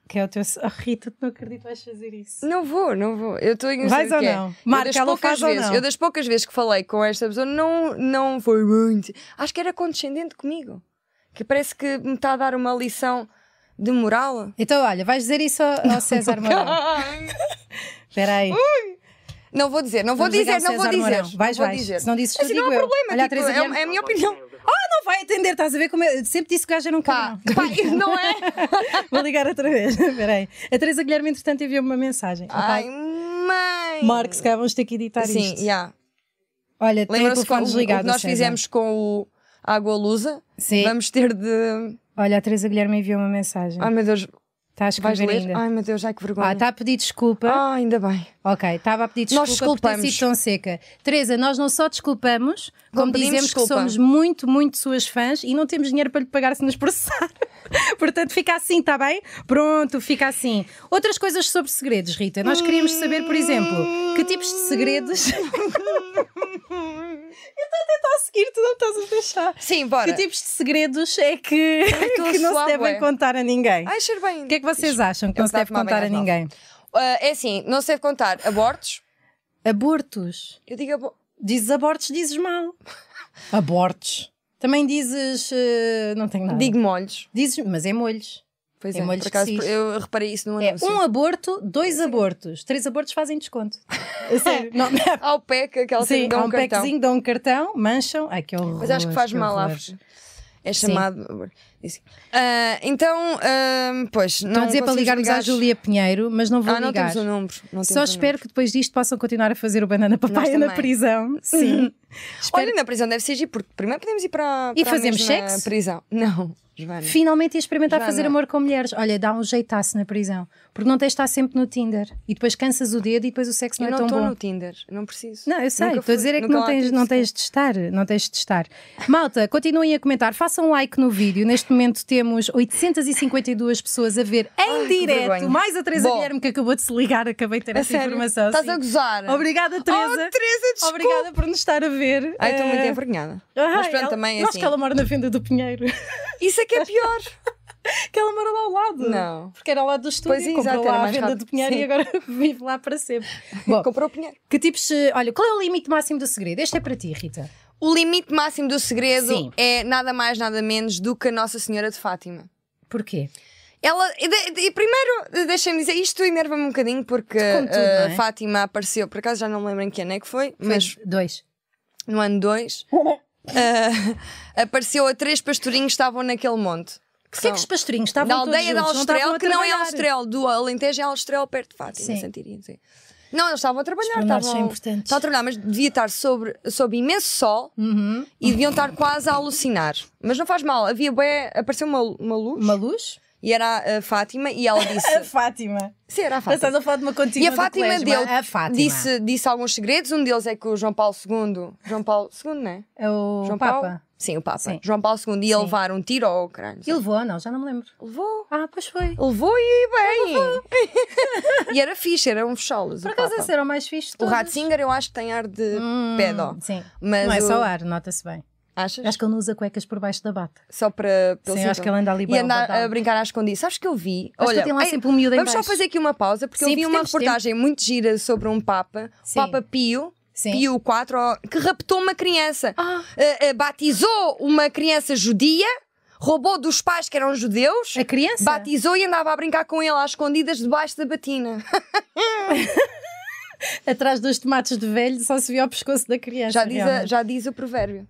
Speaker 1: que é o teu. se- Oh, Rita, não acredito que vais fazer isso.
Speaker 2: Não vou, não vou. Eu estou a ignorar
Speaker 1: Vais
Speaker 2: o que
Speaker 1: ou
Speaker 2: é.
Speaker 1: não?
Speaker 2: Eu
Speaker 1: Marca,
Speaker 2: das
Speaker 1: ela
Speaker 2: poucas
Speaker 1: faz ou
Speaker 2: vezes,
Speaker 1: não?
Speaker 2: Eu das poucas vezes que falei com esta pessoa não, não foi muito. Acho que era condescendente comigo. Que parece que me está a dar uma lição de moral.
Speaker 1: Então, olha, vais dizer isso ao, ao César Mourão. Espera aí.
Speaker 2: não vou dizer, não Uh, vou
Speaker 1: Vamos ligar
Speaker 2: dizer,
Speaker 1: ao
Speaker 2: não vou
Speaker 1: César
Speaker 2: dizer.
Speaker 1: Mourão. Vais,
Speaker 2: não vou
Speaker 1: vais.
Speaker 2: dizer.
Speaker 1: Se não disses, tu
Speaker 2: Assim, não
Speaker 1: digo
Speaker 2: há
Speaker 1: eu.
Speaker 2: problema,
Speaker 1: Olha, a
Speaker 2: tipo,
Speaker 1: Teresa
Speaker 2: é,
Speaker 1: Guilherme-
Speaker 2: é a minha opinião.
Speaker 1: Não vai atender, estás a ver como eu sempre disse que o gajo era um
Speaker 2: Pá,
Speaker 1: cabrão.
Speaker 2: pá, não é?
Speaker 1: Vou ligar outra vez. Espera aí. A Teresa Guilherme, entretanto, enviou-me uma mensagem.
Speaker 2: Ai,
Speaker 1: Opa,
Speaker 2: mãe!
Speaker 1: Marco, se calhar vamos ter que editar
Speaker 2: Sim,
Speaker 1: isto.
Speaker 2: já.
Speaker 1: Olha, tem o
Speaker 2: Lembram-se
Speaker 1: telefone
Speaker 2: quando o que
Speaker 1: desligado.
Speaker 2: nós
Speaker 1: César.
Speaker 2: fizemos com o Água Lusa?
Speaker 1: Sim.
Speaker 2: Vamos ter de.
Speaker 1: Olha, a Teresa Guilherme enviou uma mensagem.
Speaker 2: Ai meu Deus,
Speaker 1: Está a
Speaker 2: vais
Speaker 1: escrever
Speaker 2: ler?
Speaker 1: ainda.
Speaker 2: Ai meu Deus, ai que vergonha.
Speaker 1: Ah, está a pedir desculpa.
Speaker 2: Ah, ainda bem.
Speaker 1: Ok, estava a pedir
Speaker 2: Nós
Speaker 1: desculpa por ter
Speaker 2: desculpamos.
Speaker 1: sido tão seca. Teresa, nós não só desculpamos,
Speaker 2: Como
Speaker 1: como,
Speaker 2: pedimos
Speaker 1: dizemos
Speaker 2: desculpa.
Speaker 1: que somos muito, muito suas fãs e não temos dinheiro para lhe pagar se nos processar. Portanto, fica assim, está bem? Pronto, fica assim. Outras coisas sobre segredos, Rita. Nós queríamos saber, por exemplo, que tipos de segredos. Eu estou a tentar seguir, tu não estás a deixar.
Speaker 2: Sim, bora.
Speaker 1: Que tipos de segredos é que,
Speaker 2: estou a
Speaker 1: que não
Speaker 2: suar,
Speaker 1: se devem
Speaker 2: bué.
Speaker 1: contar a ninguém?
Speaker 2: Ai, cheiro bem.
Speaker 1: O que é que vocês acham que
Speaker 2: Eu
Speaker 1: não se
Speaker 2: vou
Speaker 1: deve
Speaker 2: tomar
Speaker 1: contar a
Speaker 2: banho às
Speaker 1: ninguém?
Speaker 2: Ah, é assim, não se deve contar abortos.
Speaker 1: Abortos.
Speaker 2: Eu digo abo...
Speaker 1: Dizes abortos, dizes mal. Abortos. Também dizes. eh, não tenho nada.
Speaker 2: digo molhos.
Speaker 1: Dizes, mas é molhos.
Speaker 2: Pois
Speaker 1: É
Speaker 2: é,
Speaker 1: molhos
Speaker 2: por acaso
Speaker 1: que se diz.
Speaker 2: eu reparei isso no
Speaker 1: É
Speaker 2: anúncio.
Speaker 1: um aborto, dois abortos. Três abortos fazem desconto. A sério. Não,
Speaker 2: Há o PEC, aquela
Speaker 1: sim,
Speaker 2: que dá
Speaker 1: há
Speaker 2: um,
Speaker 1: um
Speaker 2: cartão.
Speaker 1: packzinho, dão um cartão, mancham. Ai, que horror.
Speaker 2: Mas acho que faz mal à
Speaker 1: horror.
Speaker 2: É chamado. Disse. Ah, então, ah, pois. Não
Speaker 1: Estão a dizer para
Speaker 2: conseguimos
Speaker 1: ligarmos
Speaker 2: ligar.
Speaker 1: à Julia Pinheiro, mas não vou
Speaker 2: Ah, não
Speaker 1: ligar.
Speaker 2: temos o número. Não temos
Speaker 1: Só
Speaker 2: o
Speaker 1: espero que depois disto possam continuar a fazer o Banana Papaya na
Speaker 2: também.
Speaker 1: prisão. Sim.
Speaker 2: Número.
Speaker 1: espero
Speaker 2: Olha, na prisão deve ser giro, porque primeiro podemos ir para.
Speaker 1: E
Speaker 2: para
Speaker 1: fazemos
Speaker 2: a mesma
Speaker 1: sexo?
Speaker 2: prisão. Não, Joana.
Speaker 1: finalmente ia experimentar
Speaker 2: Joana.
Speaker 1: fazer amor com mulheres. Olha, dá um jeitaço na prisão. Porque não tens de estar sempre no Tinder. E depois cansas o dedo e depois o sexo
Speaker 2: eu
Speaker 1: não é
Speaker 2: não
Speaker 1: tão
Speaker 2: estou
Speaker 1: bom.
Speaker 2: no Tinder, não preciso.
Speaker 1: Não, eu sei,
Speaker 2: Nunca
Speaker 1: estou
Speaker 2: fui,
Speaker 1: a dizer é que
Speaker 2: nunca
Speaker 1: não
Speaker 2: lá
Speaker 1: tens,
Speaker 2: tive
Speaker 1: não
Speaker 2: sequer.
Speaker 1: tens de estar, não tens de estar. Malta, continuem a comentar, façam um like no vídeo. Neste momento temos 852 pessoas a ver em
Speaker 2: que
Speaker 1: direto,
Speaker 2: vergonha.
Speaker 1: mais a Teresa
Speaker 2: Bom.
Speaker 1: Guilherme que acabou de se ligar, acabei de ter
Speaker 2: A
Speaker 1: essa
Speaker 2: sério?
Speaker 1: informação.
Speaker 2: Estás
Speaker 1: sim.
Speaker 2: a gozar.
Speaker 1: Obrigada, Teresa.
Speaker 2: Oh, Teresa, desculpa.
Speaker 1: Obrigada por nos estar a ver.
Speaker 2: Ai, estou muito
Speaker 1: Eh,
Speaker 2: envergonhada.
Speaker 1: ai,
Speaker 2: Mas pronto,
Speaker 1: ela-
Speaker 2: também é
Speaker 1: Eu
Speaker 2: assim.
Speaker 1: acho que ela mora na venda do Pinheiro.
Speaker 2: Isso é que é pior.
Speaker 1: que ela mora lá ao lado.
Speaker 2: Não.
Speaker 1: Porque era lá do estúdio,
Speaker 2: Pois é,
Speaker 1: comprou
Speaker 2: exato, era
Speaker 1: lá a
Speaker 2: mais
Speaker 1: venda
Speaker 2: rápido.
Speaker 1: do Pinheiro
Speaker 2: Sim.
Speaker 1: e agora vive lá para sempre. Bom,
Speaker 2: Comprou o pinheiro.
Speaker 1: que tipos... eh, Olha, qual é o limite máximo do segredo? Este é para ti, Rita.
Speaker 2: O limite máximo do segredo
Speaker 1: Sim.
Speaker 2: é nada mais, nada menos do que a Nossa Senhora de Fátima.
Speaker 1: Porquê?
Speaker 2: Ela, e, de- e primeiro, eh, deixem-me dizer, isto enerva-me um bocadinho porque
Speaker 1: Como tudo,
Speaker 2: eh,
Speaker 1: não é?
Speaker 2: Fátima apareceu, por acaso já não me lembro em que ano é que foi, mas
Speaker 1: Mas dois.
Speaker 2: no ano 2 apareceu a três pastorinhos que estavam naquele monte. Que
Speaker 1: Porquê é que
Speaker 2: são-
Speaker 1: os pastorinhos estavam
Speaker 2: da
Speaker 1: todos
Speaker 2: aldeia de
Speaker 1: juntos,
Speaker 2: Alstrel,
Speaker 1: estavam a
Speaker 2: que não é
Speaker 1: trabalhar?
Speaker 2: Alstrel, do Alentejo é Alstrel perto de Fátima,
Speaker 1: Sim.
Speaker 2: Santiria, sim. Não, eles estavam a trabalhar,
Speaker 1: pormenores são
Speaker 2: estavam,
Speaker 1: importantes.
Speaker 2: estavam a trabalhar, mas devia estar sobre, sob imenso sol
Speaker 1: Uhum.
Speaker 2: e deviam estar quase a alucinar. Mas não faz mal, havia bué, apareceu uma, uma luz
Speaker 1: Uma luz?
Speaker 2: e era a Fátima e ela
Speaker 1: A
Speaker 2: disse:
Speaker 1: Fátima.
Speaker 2: Sim, era a
Speaker 1: Mas
Speaker 2: Fátima.
Speaker 1: Estás a falar de uma
Speaker 2: E
Speaker 1: contínua
Speaker 2: a Fátima
Speaker 1: do
Speaker 2: deu,
Speaker 1: assim colégio. A Fátima.
Speaker 2: Disse, disse alguns segredos, um deles é que o João Paulo II, João Paulo II, não é?
Speaker 1: É o
Speaker 2: João
Speaker 1: Papa.
Speaker 2: Paulo? Sim, o Papa.
Speaker 1: Sim.
Speaker 2: João Paulo II ia
Speaker 1: Sim.
Speaker 2: levar um tiro ao crânio.
Speaker 1: E levou ou não? Já não me lembro.
Speaker 2: Levou.
Speaker 1: Ah, pois foi.
Speaker 2: Levou e bem! e era fixe, era um fecholos.
Speaker 1: Por acaso esse era o mais fixe de
Speaker 2: O
Speaker 1: todos.
Speaker 2: Ratzinger eu acho que tem ar de
Speaker 1: Hum,
Speaker 2: pedo.
Speaker 1: Sim.
Speaker 2: Mas
Speaker 1: não é
Speaker 2: o-
Speaker 1: só ar, nota-se bem.
Speaker 2: Achas?
Speaker 1: Acho que ele não usa cuecas por baixo da bata.
Speaker 2: Só para. pelo
Speaker 1: Sim,
Speaker 2: símbolo.
Speaker 1: acho que ele anda ali
Speaker 2: assim, E
Speaker 1: bem
Speaker 2: andar
Speaker 1: levantado.
Speaker 2: a brincar à escondida. Sabes que eu vi?
Speaker 1: Acho que ele
Speaker 2: Olha,
Speaker 1: tem lá
Speaker 2: ei,
Speaker 1: sempre um miúdo em
Speaker 2: vamos só
Speaker 1: baixo.
Speaker 2: fazer aqui uma pausa, porque
Speaker 1: Sim,
Speaker 2: eu vi
Speaker 1: porque
Speaker 2: uma
Speaker 1: temos tempo.
Speaker 2: reportagem muito gira sobre um Papa, o
Speaker 1: Sim.
Speaker 2: Papa Pio.
Speaker 1: Sim.
Speaker 2: Pio IV, ó, que raptou uma criança,
Speaker 1: Ah.
Speaker 2: Eh, eh, batizou uma criança judia, roubou dos pais que eram judeus,
Speaker 1: A criança?
Speaker 2: batizou e andava a brincar com ele às escondidas debaixo da batina.
Speaker 1: Atrás dos tomates de velho só se via o pescoço da criança.
Speaker 2: Já diz, a-
Speaker 1: realmente.
Speaker 2: já diz o provérbio.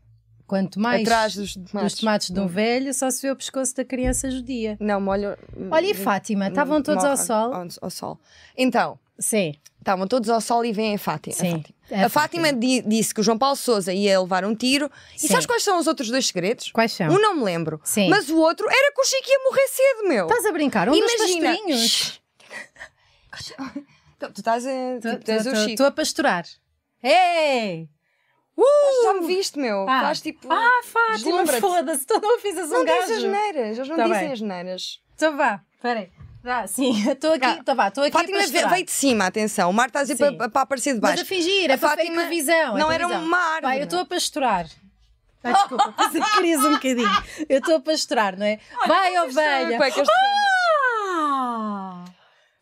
Speaker 1: Quanto mais
Speaker 2: Atrás dos
Speaker 1: dos
Speaker 2: tomates.
Speaker 1: tomates de um velho só se vê o pescoço da criança judia.
Speaker 2: Não, molha.
Speaker 1: Olha, e Fátima, estavam todos ao
Speaker 2: Hum, morre
Speaker 1: sol.
Speaker 2: Ao, ao sol. Então,
Speaker 1: Sim,
Speaker 2: estavam todos ao sol e vêm a Fátima. a
Speaker 1: Sim,
Speaker 2: Fátima,
Speaker 1: é a
Speaker 2: A Fátima di- disse que o João Paulo Souza ia levar um tiro.
Speaker 1: Sim.
Speaker 2: E sabes quais são os outros dois segredos?
Speaker 1: quais são?
Speaker 2: Um não me lembro.
Speaker 1: Sim.
Speaker 2: Mas o outro era que o Chico ia morrer cedo, meu.
Speaker 1: Estás a brincar? Um
Speaker 2: Imagina.
Speaker 1: dos pastorinhos.
Speaker 2: Tu tu estás a.
Speaker 1: Tô-
Speaker 2: Tipo, tu és
Speaker 1: tô-
Speaker 2: o
Speaker 1: tô-
Speaker 2: Chico.
Speaker 1: tô a pastorar. Ei!
Speaker 2: Já me viste, meu.
Speaker 1: Ah.
Speaker 2: Estás tipo.
Speaker 1: Ah, Fátima,
Speaker 2: Deslumbra-te.
Speaker 1: foda-se, tu não fizes
Speaker 2: não
Speaker 1: um
Speaker 2: dizes as
Speaker 1: gajo.
Speaker 2: neiras. Eles não
Speaker 1: Tá
Speaker 2: dizem
Speaker 1: bem.
Speaker 2: as neiras.
Speaker 1: Então vá, peraí. Ah, sim, estou aqui,
Speaker 2: Ah,
Speaker 1: então vá, estou aqui a
Speaker 2: Fátima ve-
Speaker 1: pastorar.
Speaker 2: veio de cima, atenção. O mar está a dizer
Speaker 1: Sim.
Speaker 2: para, para aparecer de
Speaker 1: Mas
Speaker 2: baixo.
Speaker 1: a fingir, é
Speaker 2: A
Speaker 1: para a
Speaker 2: Fátima
Speaker 1: televisão. é
Speaker 2: não era
Speaker 1: televisão.
Speaker 2: uma árvore.
Speaker 1: Vai, eu estou a pastorar. Ai, desculpa, pensei que querias um bocadinho. Eu estou a pastorar, não é? Vai, ovelha.
Speaker 2: Cuecas de rã.
Speaker 1: Ah!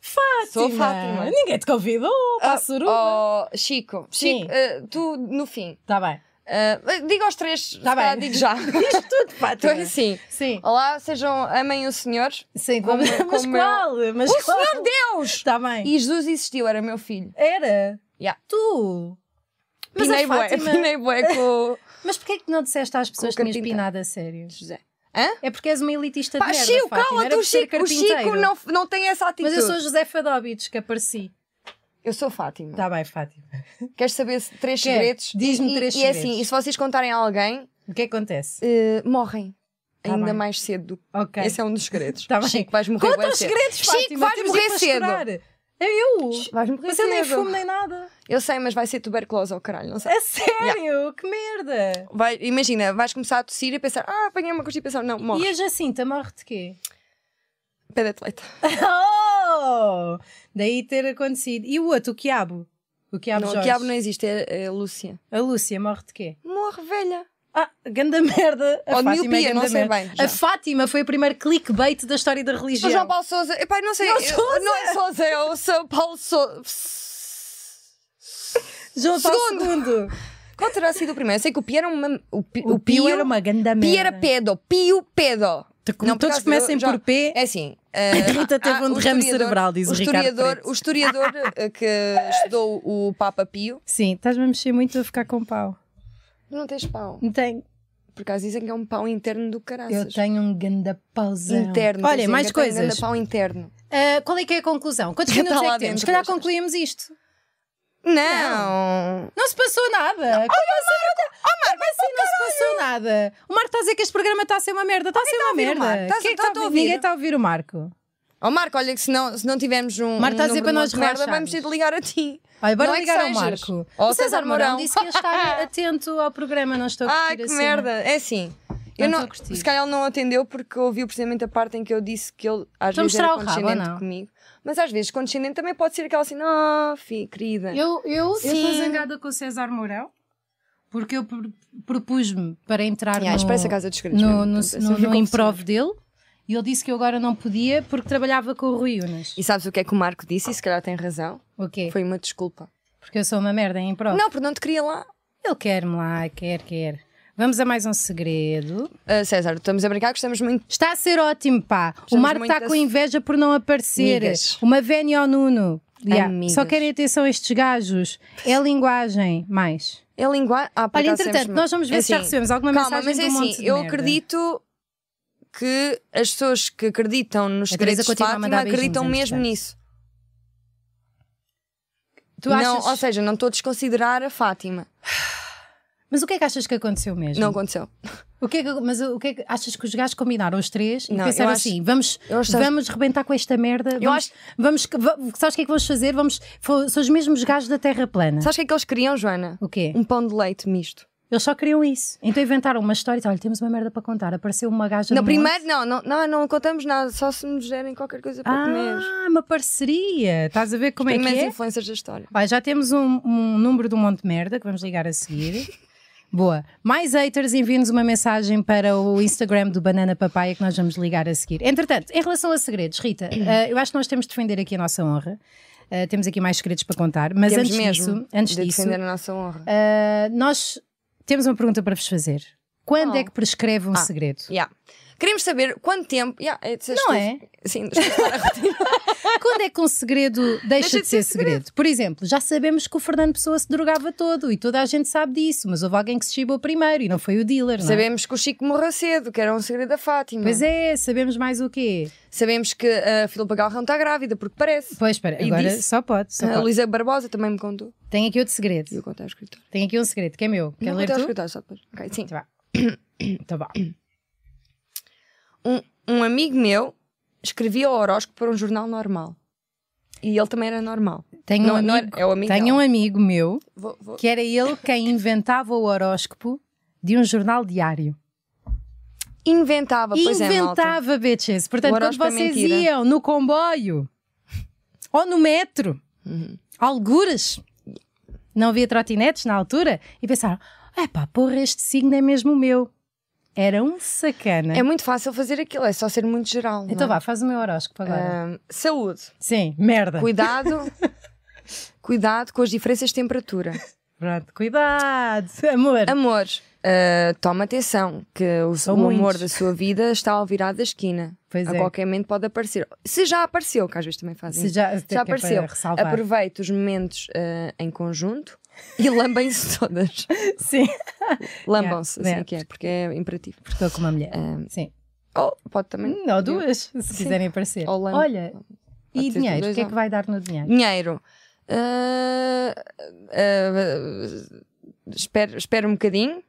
Speaker 1: Fátima.
Speaker 2: Sou Fátima. Ah,
Speaker 1: Ninguém te convidou para a suruba.
Speaker 2: Oh, Chico,
Speaker 1: Sim.
Speaker 2: Chico eh, tu no fim.
Speaker 1: Está Tá bem.
Speaker 2: eh, diga aos três, se
Speaker 1: Tá
Speaker 2: calhar
Speaker 1: bem.
Speaker 2: digo já.
Speaker 1: Diz tudo,
Speaker 2: Estou
Speaker 1: Fátima.
Speaker 2: assim.
Speaker 1: Sim.
Speaker 2: Olá, sejam, amem o Senhor.
Speaker 1: Sim,
Speaker 2: Como-
Speaker 1: mas
Speaker 2: como
Speaker 1: qual? Mas
Speaker 2: O
Speaker 1: qual?
Speaker 2: Senhor Deus!
Speaker 1: Está bem.
Speaker 2: E Jesus existiu, era meu filho.
Speaker 1: Era.
Speaker 2: Yeah.
Speaker 1: Tu. Mas
Speaker 2: Pinei
Speaker 1: a
Speaker 2: bué,
Speaker 1: Fátima...
Speaker 2: pinei bué com o
Speaker 1: Mas porquê é que não disseste às pessoas que
Speaker 2: Com o
Speaker 1: tinhas
Speaker 2: carpinteiro.
Speaker 1: pinado a sério?
Speaker 2: José.
Speaker 1: É porque és uma elitista de
Speaker 2: Pá,
Speaker 1: merda,
Speaker 2: Chico,
Speaker 1: Fátima. Era
Speaker 2: cala-te, o
Speaker 1: por ser
Speaker 2: Chico, o Chico
Speaker 1: carpinteiro.
Speaker 2: não, é não tem essa atitude.
Speaker 1: Mas eu sou a Josefa Dobides que apareci.
Speaker 2: Eu sou Fátima.
Speaker 1: Está bem, Fátima.
Speaker 2: Queres saber se- três
Speaker 1: Tá. Quero.
Speaker 2: segredos?
Speaker 1: Diz-me
Speaker 2: E-
Speaker 1: três
Speaker 2: e, E
Speaker 1: segredos.
Speaker 2: é assim, e se vocês contarem a alguém,
Speaker 1: O que é que acontece?
Speaker 2: eh, morrem.
Speaker 1: Tá
Speaker 2: Ainda
Speaker 1: bem.
Speaker 2: mais cedo.
Speaker 1: Ok.
Speaker 2: Esse é um dos segredos.
Speaker 1: Tá bem.
Speaker 2: Chico, vais morrer
Speaker 1: Conta
Speaker 2: bué
Speaker 1: os
Speaker 2: cedo.
Speaker 1: segredos, Fátima.
Speaker 2: Chico, vais
Speaker 1: temos
Speaker 2: morrer
Speaker 1: que
Speaker 2: cedo.
Speaker 1: pastorar. É eu.
Speaker 2: Vais morrer
Speaker 1: Mas eu nem
Speaker 2: cedo.
Speaker 1: fumo nem nada.
Speaker 2: Eu sei, mas vai ser tuberculose ao caralho, não sei.
Speaker 1: A sério? Que merda.
Speaker 2: Vai- imagina, vais começar a tossir e pensar, ah, apanhei uma constipação. Não,
Speaker 1: E
Speaker 2: morre.
Speaker 1: a Jacinta morre de assim, tá quê?
Speaker 2: Pé de atleta.
Speaker 1: Oh! Daí ter acontecido. E o outro, o Quiabo? O Quiabo
Speaker 2: Não, o
Speaker 1: Jorge.
Speaker 2: diabo não existe, é, é a Lúcia.
Speaker 1: A Lúcia morre de quê?
Speaker 2: Morre, velha.
Speaker 1: Ah, ganda merda. A
Speaker 2: Ou de
Speaker 1: Fátima é
Speaker 2: miopia,
Speaker 1: ganda
Speaker 2: Oh, não sei
Speaker 1: merda.
Speaker 2: bem, já.
Speaker 1: A Fátima foi o primeiro clickbait da história da religião.
Speaker 2: O João Paulo Souza. Epá, não sei.
Speaker 1: Não,
Speaker 2: eu- não é Souza, é o São Paulo Souza.
Speaker 1: João Paulo
Speaker 2: Segundo.
Speaker 1: II.
Speaker 2: Qual terá sido o primeiro? Eu sei que o Pio era uma. O, Pi-
Speaker 1: O Pio era uma ganda merda.
Speaker 2: Pio era pedo. Pio pedo.
Speaker 1: Te- como
Speaker 2: por
Speaker 1: todos
Speaker 2: acaso eu
Speaker 1: comecem por P.
Speaker 2: É assim. eh,
Speaker 1: Rita teve um
Speaker 2: o
Speaker 1: derrame
Speaker 2: historiador-
Speaker 1: cerebral, diz o Ricardo
Speaker 2: historiador,
Speaker 1: Preto.
Speaker 2: o historiador eh, que estudou o Papa Pio.
Speaker 1: Sim, estás-me a mexer muito a ficar com pau.
Speaker 2: Não tens pau.
Speaker 1: Não tenho.
Speaker 2: Por acaso dizem que é um pau interno do caraças.
Speaker 1: Eu tenho um ganda pauzão.
Speaker 2: Interno.
Speaker 1: Olha, mais coisas.
Speaker 2: Ainda pau um interno.
Speaker 1: Ah, qual é que é a conclusão? Quantos
Speaker 2: Tá
Speaker 1: minutos é
Speaker 2: lá
Speaker 1: que temos?
Speaker 2: dentro,
Speaker 1: Se calhar
Speaker 2: gostas?
Speaker 1: concluímos isto.
Speaker 2: Não.
Speaker 1: Não se passou nada. Olha, Marco, oh, Marco assim não se passou nada. O Marco está a dizer que este programa está a ser uma merda. Está a ser uma
Speaker 2: tá ouvir o Marco?
Speaker 1: merda.
Speaker 2: Estás-
Speaker 1: Quem é que
Speaker 2: estás
Speaker 1: está
Speaker 2: a
Speaker 1: a ouvir?
Speaker 2: ouvir?
Speaker 1: Ninguém está a ouvir o Marco.
Speaker 2: Ó Oh, Marco, olha que se não, se não tivermos um.
Speaker 1: Marco,
Speaker 2: um
Speaker 1: estás a dizer
Speaker 2: número
Speaker 1: para nós
Speaker 2: muito merda,
Speaker 1: relaxarmos.
Speaker 2: vamos ter de ligar a ti.
Speaker 1: Olha, bora
Speaker 2: Não é que
Speaker 1: ligar ao
Speaker 2: sejas.
Speaker 1: Marco.
Speaker 2: Ó,
Speaker 1: o César
Speaker 2: César
Speaker 1: Mourão
Speaker 2: Mourão.
Speaker 1: disse que ia estar atento ao programa, não estou a curtir
Speaker 2: Ai, que
Speaker 1: assim.
Speaker 2: merda! É assim.
Speaker 1: Não
Speaker 2: Eu
Speaker 1: estou
Speaker 2: não,
Speaker 1: a curtir.
Speaker 2: se calhar ele não atendeu porque ouviu precisamente a parte em que eu disse que ele às
Speaker 1: Estou a
Speaker 2: vezes era
Speaker 1: Então mostrar o rabo, ou
Speaker 2: condescendente
Speaker 1: não?
Speaker 2: comigo. Mas às vezes condescendente também pode ser aquela assim, oh, fi, querida.
Speaker 1: Eu, eu, eu estou
Speaker 2: Sim.
Speaker 1: zangada com o César Mourão porque eu pro- propus-me para entrar
Speaker 2: Yeah,
Speaker 1: no,
Speaker 2: parece a casa dos credos
Speaker 1: no,
Speaker 2: mesmo,
Speaker 1: no,
Speaker 2: portanto, é
Speaker 1: no-
Speaker 2: sempre
Speaker 1: no
Speaker 2: como se-
Speaker 1: improv dele e ele disse que eu agora não podia porque trabalhava com o Rui Unas.
Speaker 2: E sabes o que é que o Marco disse? E se calhar tem razão.
Speaker 1: O quê? Oh.
Speaker 2: Foi uma desculpa.
Speaker 1: Porque eu sou uma merda em improv.
Speaker 2: Não, porque não te queria lá.
Speaker 1: Ele quer-me lá, quer, quer. Vamos a mais um segredo.
Speaker 2: Ah, César, estamos a brincar, gostamos muito.
Speaker 1: Está a ser ótimo, pá. o
Speaker 2: Precisamos
Speaker 1: Marco
Speaker 2: muito
Speaker 1: está
Speaker 2: das
Speaker 1: com inveja por não aparecer.
Speaker 2: amigas.
Speaker 1: Uma Vénia ao Nuno. Yeah.
Speaker 2: Amigas.
Speaker 1: Só querem atenção a estes gajos. É linguagem. Mais.
Speaker 2: É linguagem. Ah, por
Speaker 1: Olha,
Speaker 2: acaso
Speaker 1: entretanto,
Speaker 2: temos-
Speaker 1: nós vamos ver
Speaker 2: É
Speaker 1: se já
Speaker 2: assim,
Speaker 1: recebemos alguma
Speaker 2: Calma,
Speaker 1: mensagem
Speaker 2: mas é
Speaker 1: do
Speaker 2: assim,
Speaker 1: monte de
Speaker 2: eu
Speaker 1: merda.
Speaker 2: acredito que as pessoas que acreditam nos
Speaker 1: A Teresa
Speaker 2: segredos de
Speaker 1: continua a mandar
Speaker 2: Fátima
Speaker 1: beijinhos,
Speaker 2: acreditam mesmo
Speaker 1: entretanto.
Speaker 2: nisso.
Speaker 1: Tu
Speaker 2: não,
Speaker 1: achas-
Speaker 2: Ou seja, não estou a desconsiderar a Fátima.
Speaker 1: Mas o que é que achas que aconteceu mesmo?
Speaker 2: Não aconteceu.
Speaker 1: O que é que- Mas o que é que achas que os gajos combinaram os três e
Speaker 2: Não,
Speaker 1: pensaram
Speaker 2: eu acho-
Speaker 1: assim: vamos,
Speaker 2: eu acho-
Speaker 1: vamos rebentar com esta merda?
Speaker 2: Eu
Speaker 1: vamos,
Speaker 2: acho-
Speaker 1: vamos, va- sabes o que é que vamos fazer? Vamos, fo- são os mesmos gajos da Terra Plana.
Speaker 2: Sabes o que é que eles queriam, Joana?
Speaker 1: O quê?
Speaker 2: Um pão de leite misto.
Speaker 1: Eles só queriam isso. Então inventaram uma história e disseram, olha, temos uma merda para contar. Apareceu uma gaja
Speaker 2: Não,
Speaker 1: no
Speaker 2: primeiro, não, não, não, não contamos nada, só se nos derem qualquer coisa para comer.
Speaker 1: monte. Ah, uma parceria. Estás a ver como é que
Speaker 2: Primeiras
Speaker 1: é?
Speaker 2: influências da história.
Speaker 1: Olha, já temos um, um número do monte de merda que vamos ligar a seguir. Boa. Mais haters, enviem-nos uma mensagem para o Instagram do Banana Papaya que nós vamos ligar a seguir. Entretanto, em relação a segredos, Rita, eh, eu acho que nós temos de defender aqui a nossa honra. Eh, temos aqui mais segredos para contar, mas
Speaker 2: Temos
Speaker 1: antes
Speaker 2: mesmo
Speaker 1: disso, antes
Speaker 2: de
Speaker 1: disso
Speaker 2: defender a nossa honra.
Speaker 1: eh, nós temos uma pergunta para vos fazer. Quando
Speaker 2: Oh.
Speaker 1: é que prescreve um
Speaker 2: Ah.
Speaker 1: segredo?
Speaker 2: Yeah. Queremos saber quanto tempo. Yeah, é, disseste tu.
Speaker 1: Não é?
Speaker 2: Sim, desculpa.
Speaker 1: Quando é que um segredo deixa, de ser segredo? Por exemplo, já sabemos que o Fernando Pessoa se drogava todo e toda a gente sabe disso, mas houve alguém que se chibou primeiro e não foi o dealer, não é?
Speaker 2: Sabemos que o Chico morreu cedo, que era um segredo da Fátima.
Speaker 1: Pois é, sabemos mais o quê?
Speaker 2: Sabemos que a Filipa Galrão está grávida, porque parece.
Speaker 1: Pois, espera,
Speaker 2: E
Speaker 1: agora
Speaker 2: disse?
Speaker 1: só pode. Só
Speaker 2: A
Speaker 1: pode.
Speaker 2: Luísa Barbosa também me contou.
Speaker 1: Tenho aqui
Speaker 2: E
Speaker 1: outro
Speaker 2: eu
Speaker 1: segredo.
Speaker 2: contei ao escritório.
Speaker 1: Tenho aqui um segredo, que é meu. Quer
Speaker 2: Não
Speaker 1: ler
Speaker 2: contei ao
Speaker 1: tu?
Speaker 2: escritório, só depois. Ok, sim.
Speaker 1: Tá bom. Tá bom.
Speaker 2: Um, um amigo meu escrevia o horóscopo para um jornal normal. E ele também era normal.
Speaker 1: Tenho um
Speaker 2: Não, não
Speaker 1: amigo,
Speaker 2: era- é o amigo
Speaker 1: tenho um
Speaker 2: dela.
Speaker 1: amigo meu
Speaker 2: Vou- vou-
Speaker 1: que era ele quem inventava o horóscopo de um jornal diário.
Speaker 2: Inventava, pois é, malta.
Speaker 1: Inventava, bitches. Portanto,
Speaker 2: O
Speaker 1: quando
Speaker 2: horóscopo é
Speaker 1: vocês
Speaker 2: mentira.
Speaker 1: iam no comboio ou no metro,
Speaker 2: Uhum.
Speaker 1: algures, não havia trotinetes na altura, e pensaram: é pá, porra, este signo é mesmo o meu. Era um sacana.
Speaker 2: É muito fácil fazer aquilo, é só ser muito geral. não
Speaker 1: Então
Speaker 2: é?
Speaker 1: vá, faz o meu horóscopo agora.
Speaker 2: Ahm, saúde.
Speaker 1: Sim, merda.
Speaker 2: Cuidado. Cuidado com as diferenças de temperatura.
Speaker 1: Pronto, cuidado, amor.
Speaker 2: Amor, ah, toma atenção que o,
Speaker 1: São
Speaker 2: o amor
Speaker 1: muitos.
Speaker 2: da sua vida está ao virar da esquina.
Speaker 1: Pois
Speaker 2: a
Speaker 1: é.
Speaker 2: qualquer momento pode aparecer. Se já apareceu, que às vezes também fazem.
Speaker 1: Se
Speaker 2: isso.
Speaker 1: já, que é para
Speaker 2: apareceu.
Speaker 1: ressalvar.
Speaker 2: Aproveite os momentos ah, em conjunto e lambem-se todas.
Speaker 1: Sim,
Speaker 2: Lambam-se,
Speaker 1: Yeah,
Speaker 2: assim que é, porque é imperativo.
Speaker 1: estou com uma mulher.
Speaker 2: Ah,
Speaker 1: Sim.
Speaker 2: Ou pode também.
Speaker 1: Ou duas, se quiserem aparecer.
Speaker 2: Ou lama.
Speaker 1: Olha,
Speaker 2: Pode
Speaker 1: e
Speaker 2: ser
Speaker 1: dinheiro?
Speaker 2: dois
Speaker 1: O que é
Speaker 2: ou-
Speaker 1: que vai dar no dinheiro?
Speaker 2: Dinheiro. Ah, ah, espero, espero um bocadinho.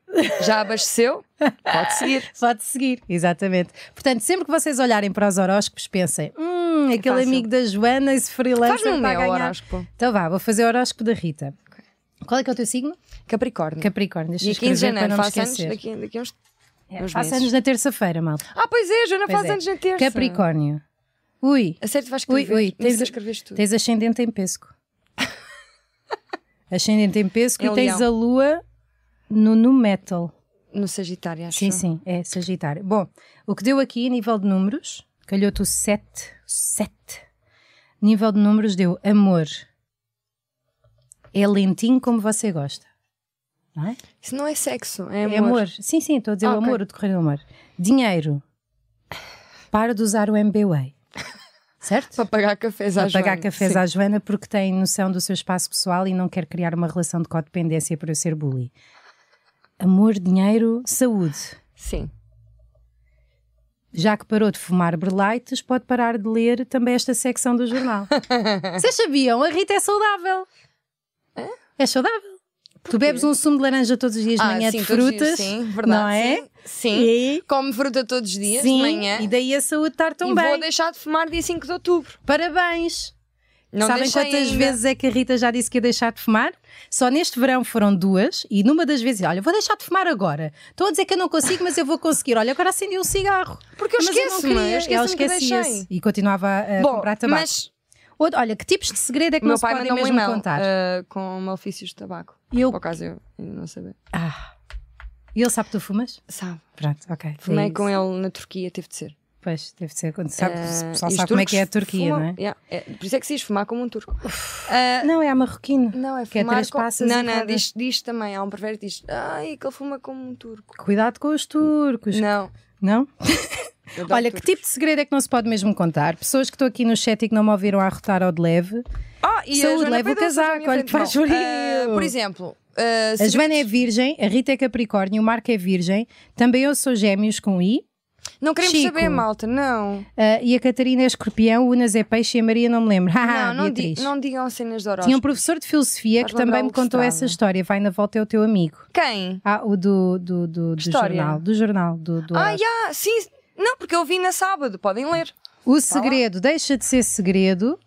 Speaker 2: Já abasteceu? Pode seguir.
Speaker 1: Pode seguir, exatamente. Portanto, sempre que vocês olharem para os horóscopos, pensem: hum, aquele
Speaker 2: É fácil.
Speaker 1: amigo da Joana, esse freelancer
Speaker 2: Faz-me o
Speaker 1: está a
Speaker 2: meu
Speaker 1: ganhar.
Speaker 2: horóscopo.
Speaker 1: Então vá, vou fazer o horóscopo da Rita. Qual é que é o teu signo?
Speaker 2: Capricórnio.
Speaker 1: Capricórnio, deixa eu
Speaker 2: Dia 15 de
Speaker 1: escrever para
Speaker 2: janeiro,
Speaker 1: não me
Speaker 2: faço anos
Speaker 1: esquecer.
Speaker 2: daqui, daqui a uns.
Speaker 1: É,
Speaker 2: uns
Speaker 1: faço
Speaker 2: meses.
Speaker 1: anos na terça-feira, mal.
Speaker 2: Ah, pois é, Joana, faz anos na terça.
Speaker 1: Capricórnio. Ui,
Speaker 2: A sério, tu vais
Speaker 1: Ui,
Speaker 2: escrever.
Speaker 1: ui,
Speaker 2: tens
Speaker 1: tens-
Speaker 2: a escrever tudo.
Speaker 1: tens ascendente em pesco. ascendente em pesco
Speaker 2: É
Speaker 1: e tens
Speaker 2: leão.
Speaker 1: a lua no nu metal.
Speaker 2: No Sagitário, acho.
Speaker 1: Sim, sim, é Sagitário. Bom, o que deu aqui a nível de números, calhou-te o 7. 7. Nível de números deu amor. É lentinho como você gosta. Não é?
Speaker 2: Isso não é sexo, é
Speaker 1: É
Speaker 2: amor.
Speaker 1: amor. Sim, sim, estou a dizer
Speaker 2: Ah,
Speaker 1: o
Speaker 2: ok.
Speaker 1: amor, o decorrer do amor. Dinheiro. Para de usar o MBWay. Certo?
Speaker 2: Para pagar cafés
Speaker 1: Para
Speaker 2: às
Speaker 1: pagar cafés à Joana porque tem noção do seu espaço pessoal e não quer criar uma relação de codependência para eu ser bully. Amor, dinheiro, saúde.
Speaker 2: Sim.
Speaker 1: Já que parou de fumar berleites, pode parar de ler também esta secção do jornal. Vocês sabiam? A Rita é saudável. É, saudável. Tu bebes um sumo de laranja todos os dias de manhã
Speaker 2: Ah, sim,
Speaker 1: de
Speaker 2: todos os
Speaker 1: frutas.
Speaker 2: dias, sim, verdade.
Speaker 1: não é?
Speaker 2: Sim. sim.
Speaker 1: E,
Speaker 2: Como fruta todos os dias
Speaker 1: sim,
Speaker 2: de manhã.
Speaker 1: e daí a saúde estar tão
Speaker 2: e
Speaker 1: bem.
Speaker 2: vou deixar de fumar dia 5 de outubro.
Speaker 1: Parabéns!
Speaker 2: Não
Speaker 1: Sabem
Speaker 2: deixei
Speaker 1: quantas
Speaker 2: ainda.
Speaker 1: vezes é que a Rita já disse que ia deixar de fumar? Só neste verão foram duas, e numa das vezes, olha, vou deixar de fumar agora. Estou a dizer que eu não consigo, mas eu vou conseguir. Olha, agora acendi um cigarro.
Speaker 2: Porque eu
Speaker 1: Mas não
Speaker 2: esqueço-me.
Speaker 1: queria.
Speaker 2: Eu
Speaker 1: Ela
Speaker 2: esqueço-me que
Speaker 1: esquecia-se
Speaker 2: deixei.
Speaker 1: e continuava a
Speaker 2: Bom,
Speaker 1: comprar tabaco.
Speaker 2: mas
Speaker 1: Outro- Olha, que tipos de segredo é que
Speaker 2: o meu
Speaker 1: não se
Speaker 2: pai
Speaker 1: podem
Speaker 2: mandou um
Speaker 1: mesmo
Speaker 2: e-mail
Speaker 1: contar?
Speaker 2: ah, com malefícios de tabaco.
Speaker 1: eu,
Speaker 2: Por acaso eu ainda não sabia.
Speaker 1: ah, E ele sabe que tu fumas?
Speaker 2: Sabe?
Speaker 1: Pronto, ok.
Speaker 2: Fumei
Speaker 1: É
Speaker 2: com
Speaker 1: isso.
Speaker 2: ele na Turquia, teve de ser.
Speaker 1: Pois, deve ser. quando Sabe, o
Speaker 2: Ah, e
Speaker 1: pessoal
Speaker 2: os
Speaker 1: sabe como é que é a
Speaker 2: turcos
Speaker 1: Turquia,
Speaker 2: fumam-
Speaker 1: não é?
Speaker 2: Yeah, é, Por isso é que se diz fumar como um turco. Ah,
Speaker 1: Não, é a marroquino.
Speaker 2: Não, é
Speaker 1: Que é
Speaker 2: fumar
Speaker 1: três
Speaker 2: com-
Speaker 1: passas
Speaker 2: Não,
Speaker 1: e
Speaker 2: não,
Speaker 1: rodas.
Speaker 2: diz, diz também. Há um perverso que diz: Ai, que ele fuma como um turco.
Speaker 1: Cuidado com os turcos.
Speaker 2: Não.
Speaker 1: não?
Speaker 2: eu adoro
Speaker 1: Olha, que
Speaker 2: turcos.
Speaker 1: tipo de segredo é que não se pode mesmo contar? Pessoas que estão aqui no chat e que não me ouviram a arrotar ao de leve.
Speaker 2: Ah, e a
Speaker 1: Saúde,
Speaker 2: Joana
Speaker 1: leva o
Speaker 2: Pedrosa à
Speaker 1: casaco,
Speaker 2: minha
Speaker 1: olha,
Speaker 2: frente.
Speaker 1: faz
Speaker 2: Bom,
Speaker 1: frio.
Speaker 2: ah, por exemplo, ah,
Speaker 1: A
Speaker 2: se-
Speaker 1: Joana é virgem, a Rita é capricórnio, o Marco é virgem, também eu sou gêmeos com I,
Speaker 2: não queremos
Speaker 1: Chico.
Speaker 2: saber, malta, não.
Speaker 1: ah, e a Catarina é escorpião, o Unas é peixe e a Maria não me lembro. Ah,
Speaker 2: não, não, di-
Speaker 1: Beatriz.
Speaker 2: não digam cenas de horóscopo.
Speaker 1: Tinha um professor de filosofia que
Speaker 2: Faz lembrar
Speaker 1: também
Speaker 2: o
Speaker 1: me contou
Speaker 2: Gustavo.
Speaker 1: essa história. Vai na volta, é o teu amigo.
Speaker 2: Quem?
Speaker 1: Ah, o do, do, do, do
Speaker 2: História.
Speaker 1: jornal. Do jornal. Do, do
Speaker 2: Ah,
Speaker 1: horóscopo.
Speaker 2: já, sim. Não, porque eu vi na sábado, podem ler.
Speaker 1: O segredo deixa de ser segredo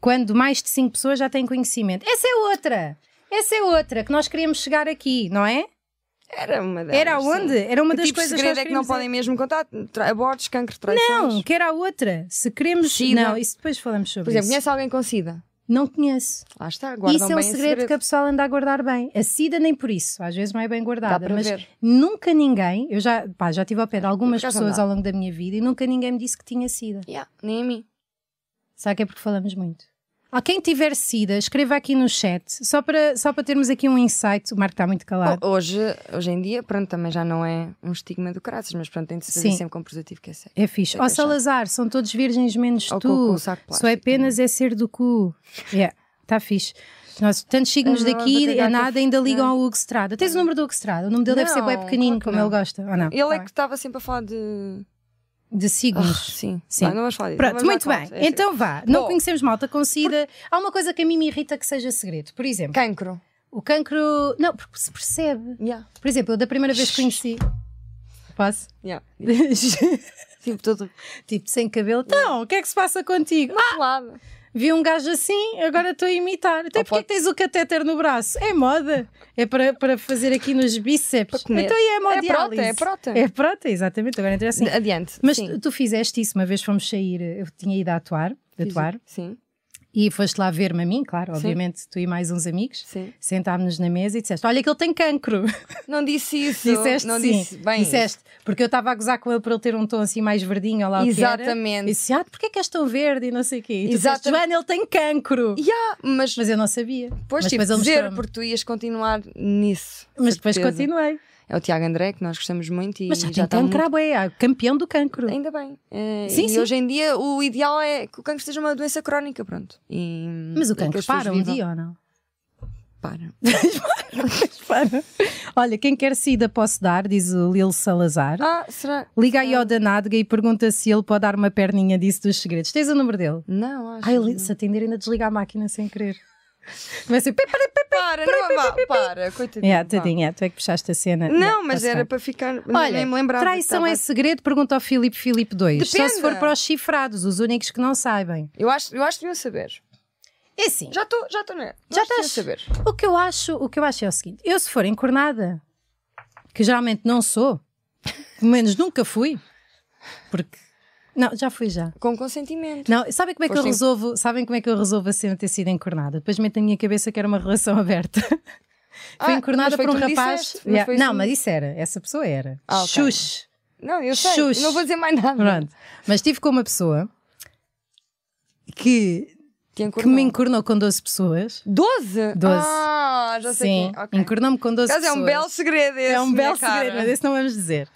Speaker 1: quando mais de cinco pessoas já têm conhecimento. Essa é outra. Essa é outra que nós queríamos chegar aqui, não é?
Speaker 2: Era uma delas.
Speaker 1: Era onde? Era uma
Speaker 2: Uma
Speaker 1: das
Speaker 2: tipo de
Speaker 1: coisas
Speaker 2: segredo
Speaker 1: que nós
Speaker 2: é que não
Speaker 1: queríamos
Speaker 2: podem mesmo contar? Tra- Abortos, cancro, traições.
Speaker 1: Não, que era a outra. Se queremos.
Speaker 2: Sida.
Speaker 1: Não, isso depois falamos sobre
Speaker 2: Por exemplo,
Speaker 1: isso.
Speaker 2: conhece alguém com SIDA?
Speaker 1: Não conheço.
Speaker 2: Lá está, guardam
Speaker 1: isso é um
Speaker 2: bem
Speaker 1: segredo,
Speaker 2: esse
Speaker 1: que a pessoa anda a guardar bem. A SIDA nem por isso, às vezes não é bem guardada.
Speaker 2: para
Speaker 1: mas
Speaker 2: ver.
Speaker 1: nunca ninguém, eu já, pá, já tive ao pé de algumas
Speaker 2: Por acaso
Speaker 1: pessoas
Speaker 2: não dá.
Speaker 1: ao longo da minha vida e nunca ninguém me disse que tinha SIDA.
Speaker 2: Yeah, nem a mim.
Speaker 1: Será que é porque falamos muito? Ah, quem tiver SIDA, escreva aqui no chat, só para, só para termos aqui um insight. O Marco está muito calado.
Speaker 2: Ho- Hoje, hoje em dia, pronto, também já não é um estigma do caraças, mas pronto, tem de se fazer
Speaker 1: Sim.
Speaker 2: sempre com positivo que é sério.
Speaker 1: É fixe.
Speaker 2: é
Speaker 1: Ó
Speaker 2: que é chato.
Speaker 1: Salazar, são todos virgens menos
Speaker 2: Ou com- com
Speaker 1: tu.
Speaker 2: o saco
Speaker 1: Só é
Speaker 2: plástico,
Speaker 1: penas é ser do cu. Yeah, está fixe. Nós, tantos signos
Speaker 2: Eu não vou
Speaker 1: daqui
Speaker 2: cagar
Speaker 1: a
Speaker 2: que eu
Speaker 1: nada
Speaker 2: fui-
Speaker 1: ainda ligam
Speaker 2: não.
Speaker 1: ao Hugo Estrada. Tens o número do Hugo Estrada? O nome dele deve ser
Speaker 2: Não,
Speaker 1: bem
Speaker 2: claro
Speaker 1: pequenininho,
Speaker 2: que
Speaker 1: como
Speaker 2: não.
Speaker 1: ele gosta. Ou não?
Speaker 2: Ele é
Speaker 1: Tá
Speaker 2: que estava sempre a falar de.
Speaker 1: bem. De signos.
Speaker 2: Ah, sim,
Speaker 1: Sim.
Speaker 2: Vai, não vamos falar disso.
Speaker 1: Pronto,
Speaker 2: Não vamos
Speaker 1: muito
Speaker 2: lá
Speaker 1: bem.
Speaker 2: falar disso, é
Speaker 1: então vá. Não
Speaker 2: Bom.
Speaker 1: conhecemos malta com sida. Há uma coisa que a mim me irrita que seja segredo. Por
Speaker 2: assim.
Speaker 1: exemplo,
Speaker 2: Cancro.
Speaker 1: o cancro. Não, porque se percebe.
Speaker 2: Yeah,
Speaker 1: Por exemplo, eu da primeira vez que conheci. Posso?
Speaker 2: yeah. Tipo, todo
Speaker 1: tipo, sem cabelo. Então, o que é que se passa contigo?
Speaker 2: pelado.
Speaker 1: Vi um gajo assim, agora estou a imitar. Até
Speaker 2: Ou
Speaker 1: porque é
Speaker 2: pode-
Speaker 1: que tens o catéter no braço? É moda. É para, para fazer aqui nos bíceps.
Speaker 2: Para comer.
Speaker 1: Então e é moda.
Speaker 2: É prota, é prota.
Speaker 1: É prota, exatamente. Agora entra assim.
Speaker 2: Adiante.
Speaker 1: Mas
Speaker 2: sim.
Speaker 1: tu, tu fizeste isso, uma vez fomos sair, eu tinha ido a atuar,
Speaker 2: Fiz-
Speaker 1: atuar
Speaker 2: Sim,
Speaker 1: e foste lá ver-me a mim, claro,
Speaker 2: Sim.
Speaker 1: obviamente, tu e mais uns amigos.
Speaker 2: sim.
Speaker 1: Sentámos-nos na mesa e disseste: Olha, que ele tem cancro.
Speaker 2: Não disse isso.
Speaker 1: disseste
Speaker 2: não
Speaker 1: sim.
Speaker 2: disse bem.
Speaker 1: disseste, porque eu estava a gozar com ele para ele ter um tom assim mais verdinho, ou lá o que era.
Speaker 2: Exatamente.
Speaker 1: E disse: Ah, porquê é que és tão verde? E não sei o quê. E tu
Speaker 2: Exatamente.
Speaker 1: disseste, Joana, ele tem cancro.
Speaker 2: Yeah, mas,
Speaker 1: Mas eu não sabia.
Speaker 2: depois
Speaker 1: mas
Speaker 2: tive
Speaker 1: depois ele
Speaker 2: de dizer,
Speaker 1: mostrou-me.
Speaker 2: porque tu ias continuar nisso.
Speaker 1: Mas depois
Speaker 2: certeza.
Speaker 1: continuei.
Speaker 2: É o Tiago André, que nós gostamos muito e
Speaker 1: Mas já,
Speaker 2: já
Speaker 1: tem
Speaker 2: está muito
Speaker 1: cancro, à bué, é campeão do cancro.
Speaker 2: Ainda bem. Eh,
Speaker 1: Sim,
Speaker 2: e
Speaker 1: sim.
Speaker 2: hoje em dia o ideal é que o cancro seja uma doença crónica, pronto. E-
Speaker 1: Mas o
Speaker 2: e que
Speaker 1: cancro
Speaker 2: as pessoas
Speaker 1: para um
Speaker 2: vivam.
Speaker 1: dia ou não?
Speaker 2: Para.
Speaker 1: Para. Olha, quem quer sida posso dar, diz o Lil Salazar.
Speaker 2: Ah, será?
Speaker 1: Liga aí ao Danadga e pergunta se ele pode dar uma perninha disso dos segredos. Tens o número dele?
Speaker 2: Não, acho.
Speaker 1: Ai,
Speaker 2: que
Speaker 1: ele- se atender ainda desliga a máquina sem querer. Vai ser... pip, pip, pip.
Speaker 2: não. Para, não, vá, para, coitadinho.
Speaker 1: Yeah,
Speaker 2: vá.
Speaker 1: tadinha, tu é que puxaste a cena. Yeah,
Speaker 2: Não, mas
Speaker 1: posso
Speaker 2: era
Speaker 1: dar.
Speaker 2: para ficar.
Speaker 1: Olha,
Speaker 2: nem me lembrava. que
Speaker 1: traição
Speaker 2: estava-
Speaker 1: é segredo? Pergunta ao Filipe Filipe 2. Só se for
Speaker 2: Depende.
Speaker 1: para os chifrados, os únicos que não saibem.
Speaker 2: Eu acho, eu acho que deviam saber.
Speaker 1: É sim.
Speaker 2: Já estou, já estou, né?
Speaker 1: Já
Speaker 2: Acho que deviam
Speaker 1: estás.
Speaker 2: saber.
Speaker 1: O que eu acho, o que eu acho é o seguinte: eu se for encornada, que geralmente não sou, pelo menos nunca fui, porque não, já fui já.
Speaker 2: Com consentimento.
Speaker 1: Não, sabem como é que eu
Speaker 2: Foste em-
Speaker 1: resolvo? Sabem como é que eu resolvo a cena ter sido encornada? Depois meto na minha cabeça que era uma relação aberta.
Speaker 2: Ah,
Speaker 1: Fui encornada
Speaker 2: mas foi
Speaker 1: por um
Speaker 2: tu que me
Speaker 1: rapaz.
Speaker 2: disseste, mas
Speaker 1: Yeah.
Speaker 2: foi isso
Speaker 1: Não,
Speaker 2: que-
Speaker 1: mas isso era, essa pessoa era.
Speaker 2: Ah, ok.
Speaker 1: Xuxa.
Speaker 2: Não, eu sei.
Speaker 1: Xuxa.
Speaker 2: Não vou dizer mais nada.
Speaker 1: Pronto. Mas estive com uma pessoa que,
Speaker 2: Te
Speaker 1: que me
Speaker 2: encornou.
Speaker 1: encornou com 12 pessoas.
Speaker 2: 12?
Speaker 1: Doze.
Speaker 2: Ah, já sei
Speaker 1: Sim,
Speaker 2: quem. Ok.
Speaker 1: encornou-me com 12
Speaker 2: Por acaso é
Speaker 1: pessoas.
Speaker 2: um belo segredo esse.
Speaker 1: É um belo
Speaker 2: minha cara.
Speaker 1: segredo, mas esse não vamos dizer.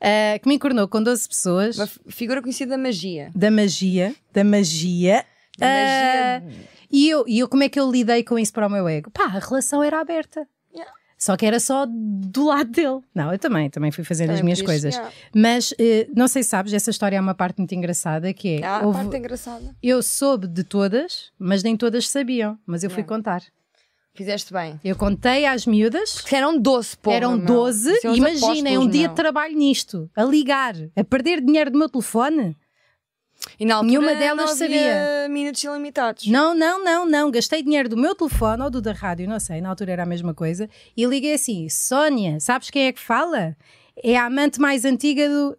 Speaker 1: Ah, que me encornou com 12 pessoas
Speaker 2: Uma fi- figura conhecida da magia.
Speaker 1: da magia, da magia.
Speaker 2: Da
Speaker 1: Ah,
Speaker 2: magia.
Speaker 1: e, eu, e eu, como é que eu lidei com isso para o meu ego? Pá, a relação era aberta.
Speaker 2: Yeah.
Speaker 1: Só que era só do lado dele. Não, eu também, também fui fazendo as
Speaker 2: Também
Speaker 1: minhas
Speaker 2: podias
Speaker 1: coisas.
Speaker 2: chegar.
Speaker 1: Mas eh, não sei se sabes, essa história é uma parte muito engraçada que é.
Speaker 2: Ah, a
Speaker 1: houve-
Speaker 2: parte engraçada.
Speaker 1: Eu soube de todas, mas nem todas sabiam. Mas eu fui
Speaker 2: Yeah.
Speaker 1: contar.
Speaker 2: Fizeste bem.
Speaker 1: Eu contei às miúdas.
Speaker 2: Porque eram 12, pô.
Speaker 1: Eram 12,
Speaker 2: é
Speaker 1: imaginem um dia de trabalho nisto, a ligar, a perder dinheiro do meu telefone.
Speaker 2: E na altura
Speaker 1: Nenhuma delas
Speaker 2: não
Speaker 1: sabia.
Speaker 2: havia minutos ilimitados.
Speaker 1: Não, não, não, não, gastei dinheiro do meu telefone ou do da rádio, não sei, na altura era a mesma coisa. E liguei assim: Sónia, sabes quem é que fala? É a amante mais antiga do.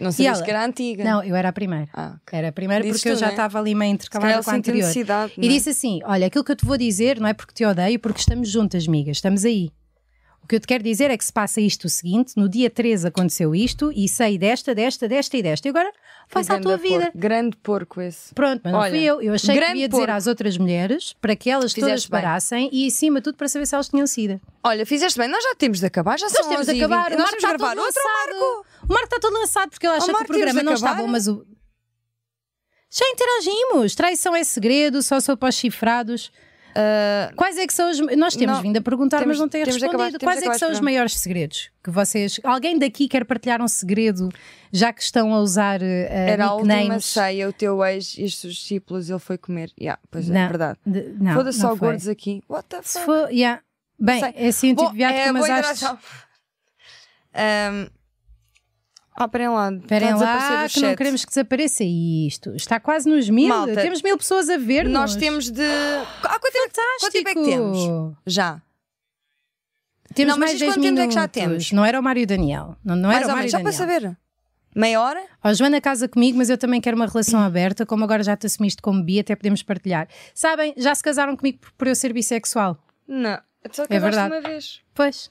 Speaker 2: Não
Speaker 1: E
Speaker 2: sabias
Speaker 1: ela?
Speaker 2: que era antiga.
Speaker 1: Não, eu era a primeira.
Speaker 2: Ah, ok.
Speaker 1: Era a primeira
Speaker 2: Dizes
Speaker 1: porque eu
Speaker 2: tu,
Speaker 1: já
Speaker 2: né?
Speaker 1: estava ali meio
Speaker 2: Se calhar
Speaker 1: intercalada
Speaker 2: ela
Speaker 1: com a
Speaker 2: sentiu
Speaker 1: anterior.
Speaker 2: necessidade. é?
Speaker 1: E disse assim: Olha, aquilo que eu te vou dizer não é porque te odeio, porque estamos juntas, amiga, estamos aí. O que eu te quero dizer é que se passa isto o seguinte: no dia 13 aconteceu isto, e sei desta, desta, desta e desta. E agora faz à tua vida.
Speaker 2: Grande porco esse.
Speaker 1: Pronto, mas não
Speaker 2: Olha,
Speaker 1: fui eu. Eu achei que
Speaker 2: grande
Speaker 1: devia dizer
Speaker 2: porco.
Speaker 1: às outras mulheres para que elas todas
Speaker 2: Fizeste bem.
Speaker 1: parassem e, acima de tudo, para saber se elas tinham sida.
Speaker 2: Olha, fizeste bem, nós já temos de acabar, já
Speaker 1: Nós
Speaker 2: são
Speaker 1: temos de
Speaker 2: 11 e
Speaker 1: acabar.
Speaker 2: 20.
Speaker 1: O
Speaker 2: Nós temos
Speaker 1: Marco
Speaker 2: de
Speaker 1: está
Speaker 2: gravar
Speaker 1: todo
Speaker 2: outro
Speaker 1: lançado.
Speaker 2: Marco.
Speaker 1: O Marco está todo lançado porque ele acha que o
Speaker 2: Marco, temos
Speaker 1: programa
Speaker 2: de
Speaker 1: não está
Speaker 2: acabar.
Speaker 1: bom, mas o. Já interagimos. Traição é segredo, só sou para os chifrados. Quais é que são os. Nós temos
Speaker 2: não,
Speaker 1: vindo a perguntar,
Speaker 2: temos-
Speaker 1: mas não têm
Speaker 2: temos de
Speaker 1: respondido.
Speaker 2: acabar, temos de
Speaker 1: Quais é
Speaker 2: acabar
Speaker 1: que
Speaker 2: este
Speaker 1: são os
Speaker 2: programa.
Speaker 1: maiores segredos que vocês. Alguém daqui quer partilhar um segredo, já que estão a usar uh,
Speaker 2: Era a última
Speaker 1: nicknames?
Speaker 2: ceia, o teu ex e os seus discípulos, ele foi comer. Yeah, pois é,
Speaker 1: Não,
Speaker 2: é verdade.
Speaker 1: de- não,
Speaker 2: Foda-se
Speaker 1: não
Speaker 2: só
Speaker 1: foi.
Speaker 2: gordos aqui. What the
Speaker 1: Se
Speaker 2: fuck?
Speaker 1: for, yeah. Bem,
Speaker 2: Sei.
Speaker 1: é cientificado com
Speaker 2: boa
Speaker 1: umas artes.
Speaker 2: interação. Ahm, ah, esperem lá. está a
Speaker 1: Esperem
Speaker 2: desaparecer
Speaker 1: lá,
Speaker 2: o
Speaker 1: que não
Speaker 2: chat.
Speaker 1: queremos que desapareça isto. Está quase nos mil.
Speaker 2: Malta,
Speaker 1: temos mil pessoas a ver.
Speaker 2: Nós temos de. Ah, quanto, tempo, quanto tempo é que temos? Já.
Speaker 1: Temos
Speaker 2: Não, mas
Speaker 1: mais
Speaker 2: diz
Speaker 1: 10
Speaker 2: quanto tempo
Speaker 1: minutos.
Speaker 2: é que já temos.
Speaker 1: Não era o Mário Daniel. Não, não
Speaker 2: Mais
Speaker 1: era
Speaker 2: ou
Speaker 1: o Mário
Speaker 2: menos, só
Speaker 1: Daniel.
Speaker 2: para saber. Meia hora?
Speaker 1: Ó, Joana casa comigo, mas eu também quero uma relação aberta. Como agora já te assumiste como bi, até podemos partilhar. Sabem, já se casaram comigo por, por eu ser bissexual.
Speaker 2: Não. Só que
Speaker 1: É
Speaker 2: eu gosto de
Speaker 1: verdade.
Speaker 2: uma vez.
Speaker 1: Pois.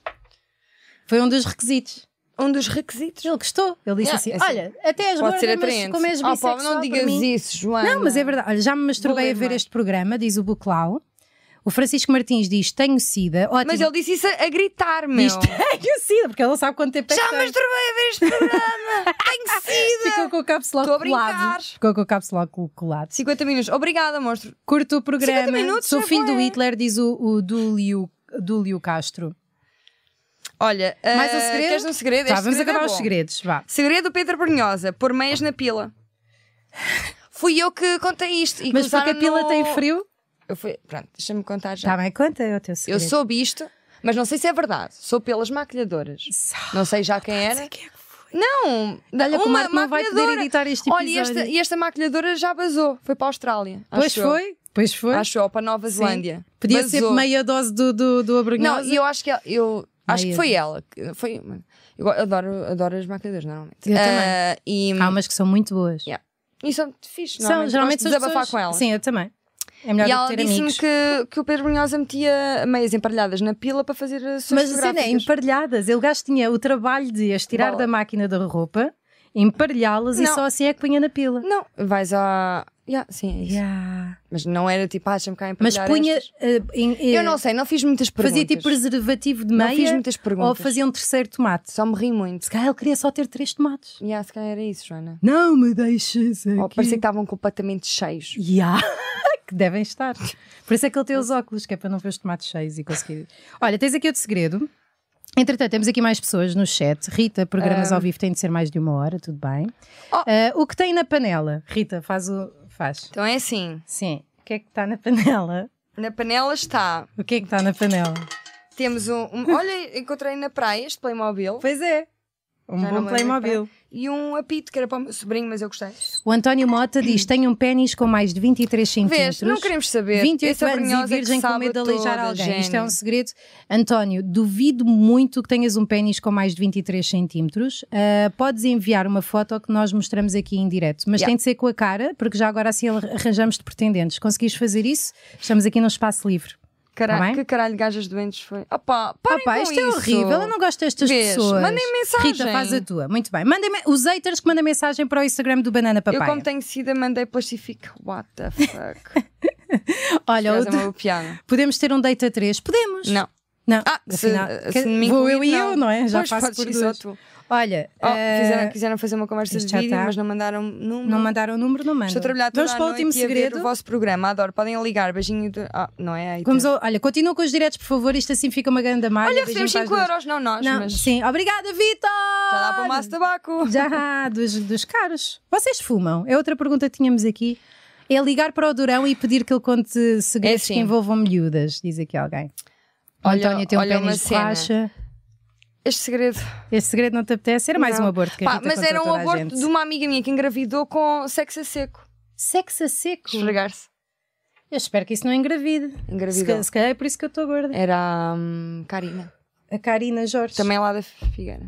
Speaker 1: Foi um dos requisitos.
Speaker 2: Um dos requisitos.
Speaker 1: Ele gostou. Ele disse
Speaker 2: Yeah,
Speaker 1: assim:
Speaker 2: é assim.
Speaker 1: Olha, até as
Speaker 2: Pode ser
Speaker 1: gordas, mas
Speaker 2: atraente.
Speaker 1: como és
Speaker 2: Ah, pá,
Speaker 1: bissexual,
Speaker 2: não
Speaker 1: para
Speaker 2: digas
Speaker 1: mim-
Speaker 2: isso, Joana.
Speaker 1: Não, mas é verdade. Olha, já me masturbei
Speaker 2: Vou
Speaker 1: a ver
Speaker 2: ler mais.
Speaker 1: este programa, diz o Buclau. O Francisco Martins diz: Tenho sida. Ótimo.
Speaker 2: Mas ele disse isso a, a gritar, meu.
Speaker 1: diz: Tenho sida, porque ele não sabe quanto tempo é que
Speaker 2: Já
Speaker 1: tem.
Speaker 2: me masturbei a ver este programa. Tenho sido.
Speaker 1: Ficou com o cápsula
Speaker 2: Estou a
Speaker 1: colado.
Speaker 2: brincar.
Speaker 1: Ficou com o cápsula colado.
Speaker 2: 50 minutos. Obrigada, monstro.
Speaker 1: Curto o programa.
Speaker 2: 50 minutos, é
Speaker 1: Sou
Speaker 2: já
Speaker 1: filho do
Speaker 2: foi.
Speaker 1: Hitler, diz o, o Dúlio, Dúlio Castro.
Speaker 2: Olha,
Speaker 1: Mais um
Speaker 2: ah,
Speaker 1: segredo?
Speaker 2: Queres um segredo?
Speaker 1: Tá,
Speaker 2: Este
Speaker 1: vamos
Speaker 2: segredo é
Speaker 1: acabar os
Speaker 2: bom.
Speaker 1: segredos. Vá.
Speaker 2: Segredo do Pedro Brunhosa, pôr meias na pila. Fui eu que contei isto. E
Speaker 1: Mas porque a
Speaker 2: começaram
Speaker 1: pila
Speaker 2: no-
Speaker 1: tem frio?
Speaker 2: Eu fui... Pronto, deixa-me contar já.
Speaker 1: Está bem, conta é o teu
Speaker 2: eu
Speaker 1: segredo.
Speaker 2: soube isto, mas não sei se é verdade. Sou pelas maquilhadoras. Não sei já quem era. Não,
Speaker 1: é, Olha, como
Speaker 2: uma
Speaker 1: o Marco não vai poder
Speaker 2: maquilhadora.
Speaker 1: editar este
Speaker 2: Olha,
Speaker 1: episódio.
Speaker 2: e esta, e esta maquilhadora já vazou. Foi para a Austrália.
Speaker 1: Pois
Speaker 2: acho eu.
Speaker 1: foi, pois foi.
Speaker 2: Acho eu, para Nova
Speaker 1: Sim.
Speaker 2: Zelândia.
Speaker 1: Podia ser
Speaker 2: Vazou.
Speaker 1: meia dose do, do, do
Speaker 2: Não,
Speaker 1: Abrunhosa.
Speaker 2: e eu acho que ela- eu acho
Speaker 1: Meia.
Speaker 2: que foi ela. que- Foi, eu go- adoro, adoro as maquilhadoras, normalmente.
Speaker 1: Eu também.
Speaker 2: Ah, E,
Speaker 1: Há umas que são muito boas.
Speaker 2: yeah. e são fixe,
Speaker 1: São,
Speaker 2: normalmente.
Speaker 1: geralmente
Speaker 2: gosto
Speaker 1: são
Speaker 2: de
Speaker 1: as
Speaker 2: desabafar
Speaker 1: pessoas-
Speaker 2: com elas.
Speaker 1: Sim, eu também. É melhor
Speaker 2: e
Speaker 1: do
Speaker 2: ela
Speaker 1: que ter
Speaker 2: disse-me
Speaker 1: amigos.
Speaker 2: que, que o Pedro Brunhosa metia meias emparelhadas na pila para fazer ah, as
Speaker 1: Mas a cena é emparelhadas. Ele gajo tinha o trabalho de as tirar
Speaker 2: Bola.
Speaker 1: da máquina da roupa, emparelhá-las e
Speaker 2: Não.
Speaker 1: só assim é que punha na pila.
Speaker 2: Não, vais à. Yeah, sim, é isso.
Speaker 1: Yeah.
Speaker 2: Mas não era tipo, ah, deixa-me cá
Speaker 1: Mas
Speaker 2: emparelhar
Speaker 1: punha.
Speaker 2: estas.
Speaker 1: eh, em- eh,
Speaker 2: Eu não sei, não fiz muitas perguntas.
Speaker 1: fazia tipo preservativo de
Speaker 2: Não fiz
Speaker 1: meia
Speaker 2: muitas
Speaker 1: ou
Speaker 2: perguntas.
Speaker 1: fazia um terceiro tomate.
Speaker 2: Só me ri muito.
Speaker 1: Se calhar ele queria só ter três tomates.
Speaker 2: Yeah, se calhar era isso, Joana.
Speaker 1: Não me deixes aqui.
Speaker 2: Ou Oh, parecia que estavam completamente cheios.
Speaker 1: Ya, que devem estar. Por isso é que ele tem os óculos, que é para não ver os tomates cheios e conseguir. Olha, tens aqui outro segredo. Entretanto, temos aqui mais pessoas no chat. Rita, programas ao vivo têm de ser mais de uma hora, tudo bem.
Speaker 2: Ah. Oh.
Speaker 1: Ah, o que tem na panela? Rita, faz o. Faz.
Speaker 2: Então é assim:
Speaker 1: Sim. O que é que está na panela?
Speaker 2: na panela está.
Speaker 1: O que é que está na panela?
Speaker 2: Temos um. um- olha, encontrei na praia este Playmobil
Speaker 1: Pois é. Um
Speaker 2: Já não
Speaker 1: bom
Speaker 2: me lembro
Speaker 1: Playmobil.
Speaker 2: e um apito que era para o meu sobrinho, mas eu gostei.
Speaker 1: O António Mota diz: tem um pênis com mais de 23 centímetros.
Speaker 2: Vês? Não queremos saber.
Speaker 1: 28
Speaker 2: Esse
Speaker 1: anos e
Speaker 2: abrunhosa que
Speaker 1: virgem com
Speaker 2: sabe
Speaker 1: medo de aleijar
Speaker 2: toda,
Speaker 1: alguém. Isto é
Speaker 2: gênio.
Speaker 1: um segredo. António, duvido muito que tenhas um pênis com mais de 23 centímetros. Ah, podes enviar uma foto que nós mostramos aqui em direto, mas
Speaker 2: Yeah.
Speaker 1: tem de ser com a cara, porque já agora assim arranjamos de pretendentes. Conseguis fazer isso? Estamos aqui num espaço livre.
Speaker 2: Cara-
Speaker 1: Tá bem?
Speaker 2: que caralho de gajas doentes foi? Opa, parem
Speaker 1: Opa,
Speaker 2: com
Speaker 1: isto
Speaker 2: isso.
Speaker 1: é horrível, eu não gosto destas
Speaker 2: Vês?
Speaker 1: pessoas.
Speaker 2: Mandem mensagem.
Speaker 1: Rita, faz a tua. Muito bem. Mandem me- os haters que mandam mensagem para o Instagram do Banana
Speaker 2: Eu,
Speaker 1: Papai.
Speaker 2: como tenho sida, mandei plastifico. What the fuck?
Speaker 1: Olha,
Speaker 2: Aliás,
Speaker 1: o
Speaker 2: é
Speaker 1: de-
Speaker 2: uma boa piada.
Speaker 1: podemos ter um date a três? Podemos.
Speaker 2: Não.
Speaker 1: Não.
Speaker 2: Ah, se,
Speaker 1: afinal,
Speaker 2: se
Speaker 1: que-
Speaker 2: me
Speaker 1: vou eu
Speaker 2: incluir,
Speaker 1: e eu, não é? Já
Speaker 2: pois,
Speaker 1: faço
Speaker 2: podes
Speaker 1: por
Speaker 2: ir só
Speaker 1: duas.
Speaker 2: tu.
Speaker 1: Olha,
Speaker 2: Oh,
Speaker 1: eh,
Speaker 2: fizeram- quiseram fazer uma conversa
Speaker 1: isto
Speaker 2: de
Speaker 1: já
Speaker 2: vídeo,
Speaker 1: tá.
Speaker 2: mas não mandaram um número.
Speaker 1: não mandaram o número, não mandam.
Speaker 2: Estou a trabalhar toda
Speaker 1: Vamos
Speaker 2: a
Speaker 1: para o
Speaker 2: noite
Speaker 1: último
Speaker 2: e a ver
Speaker 1: segredo.
Speaker 2: o vosso programa. Adoro. Podem ligar. Beijinho. De... Ah, não é? Aí
Speaker 1: Vamos
Speaker 2: tem-
Speaker 1: ao- olha, continuam com os diretos, por favor. Isto assim fica uma grande malha.
Speaker 2: Olha,
Speaker 1: Beijinho
Speaker 2: recebemos
Speaker 1: para as
Speaker 2: 5
Speaker 1: duas.
Speaker 2: euros. Não nós,
Speaker 1: Não,
Speaker 2: mas
Speaker 1: Sim, obrigada, Vitor!
Speaker 2: já dá para o maço de tabaco.
Speaker 1: Já, dos, dos caros. Vocês fumam? É outra pergunta que tínhamos aqui. É ligar para o Durão e pedir que ele conte segredos
Speaker 2: É assim.
Speaker 1: que envolvam miúdas, diz aqui alguém. O
Speaker 2: Olha-
Speaker 1: António tem um
Speaker 2: olha uma
Speaker 1: pênis de
Speaker 2: cena.
Speaker 1: borracha.
Speaker 2: Este segredo.
Speaker 1: Este segredo não te apetece? Era É mais
Speaker 2: Não.
Speaker 1: um aborto que a
Speaker 2: Pá,
Speaker 1: Rita
Speaker 2: mas
Speaker 1: contou
Speaker 2: era
Speaker 1: a
Speaker 2: um
Speaker 1: toda a
Speaker 2: aborto
Speaker 1: gente.
Speaker 2: de uma amiga minha que engravidou com sexo a seco.
Speaker 1: Sexo a seco?
Speaker 2: Esfregar-se.
Speaker 1: Eu espero que isso não engravide. Se,
Speaker 2: Engravidou.
Speaker 1: ca- se calhar é por isso que eu estou gorda.
Speaker 2: Era hum, Karina.
Speaker 1: A Karina Jorge.
Speaker 2: Também é lá da Figueira.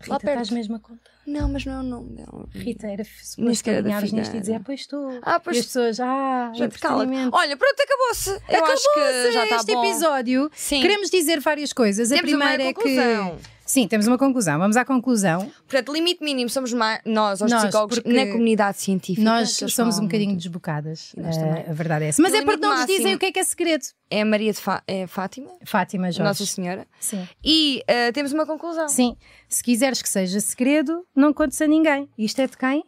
Speaker 1: Rita,
Speaker 2: lá perto.
Speaker 1: estás mesmo a contar.
Speaker 2: Não, mas não é o nome dela.
Speaker 1: Rita, era f-
Speaker 2: Nem
Speaker 1: suposto
Speaker 2: sequer era da
Speaker 1: alinhares nisto e
Speaker 2: Figueira.
Speaker 1: dizer, ah, pois estou.
Speaker 2: Ah, pois
Speaker 1: e as pessoas, ah,
Speaker 2: Já te cala.
Speaker 1: entretenimento.
Speaker 2: Olha, pronto, acabou-se. Eu acho que
Speaker 1: Acabou-se
Speaker 2: já está
Speaker 1: este
Speaker 2: bom.
Speaker 1: episódio.
Speaker 2: Sim.
Speaker 1: Queremos dizer várias coisas. a
Speaker 2: Temos uma
Speaker 1: primeira é que.
Speaker 2: conclusão.
Speaker 1: Sim, temos uma conclusão. Vamos à conclusão.
Speaker 2: Portanto, limite mínimo somos ma- nós, os
Speaker 1: Nós,
Speaker 2: psicólogos,
Speaker 1: porque
Speaker 2: na comunidade científica.
Speaker 1: nós
Speaker 2: que eles
Speaker 1: somos um
Speaker 2: falam
Speaker 1: bocadinho
Speaker 2: muito.
Speaker 1: desbocadas.
Speaker 2: E nós
Speaker 1: eh,
Speaker 2: também.
Speaker 1: a verdade é essa. Mas
Speaker 2: No
Speaker 1: é porque
Speaker 2: limite
Speaker 1: não nos
Speaker 2: máximo.
Speaker 1: dizem o que é que é segredo.
Speaker 2: É a Maria de Fá- é Fátima,
Speaker 1: Fátima Jorge.
Speaker 2: Nossa Senhora.
Speaker 1: Sim.
Speaker 2: E eh, temos uma conclusão.
Speaker 1: Sim. Se quiseres que seja segredo, não contes a ninguém. Isto é de quem?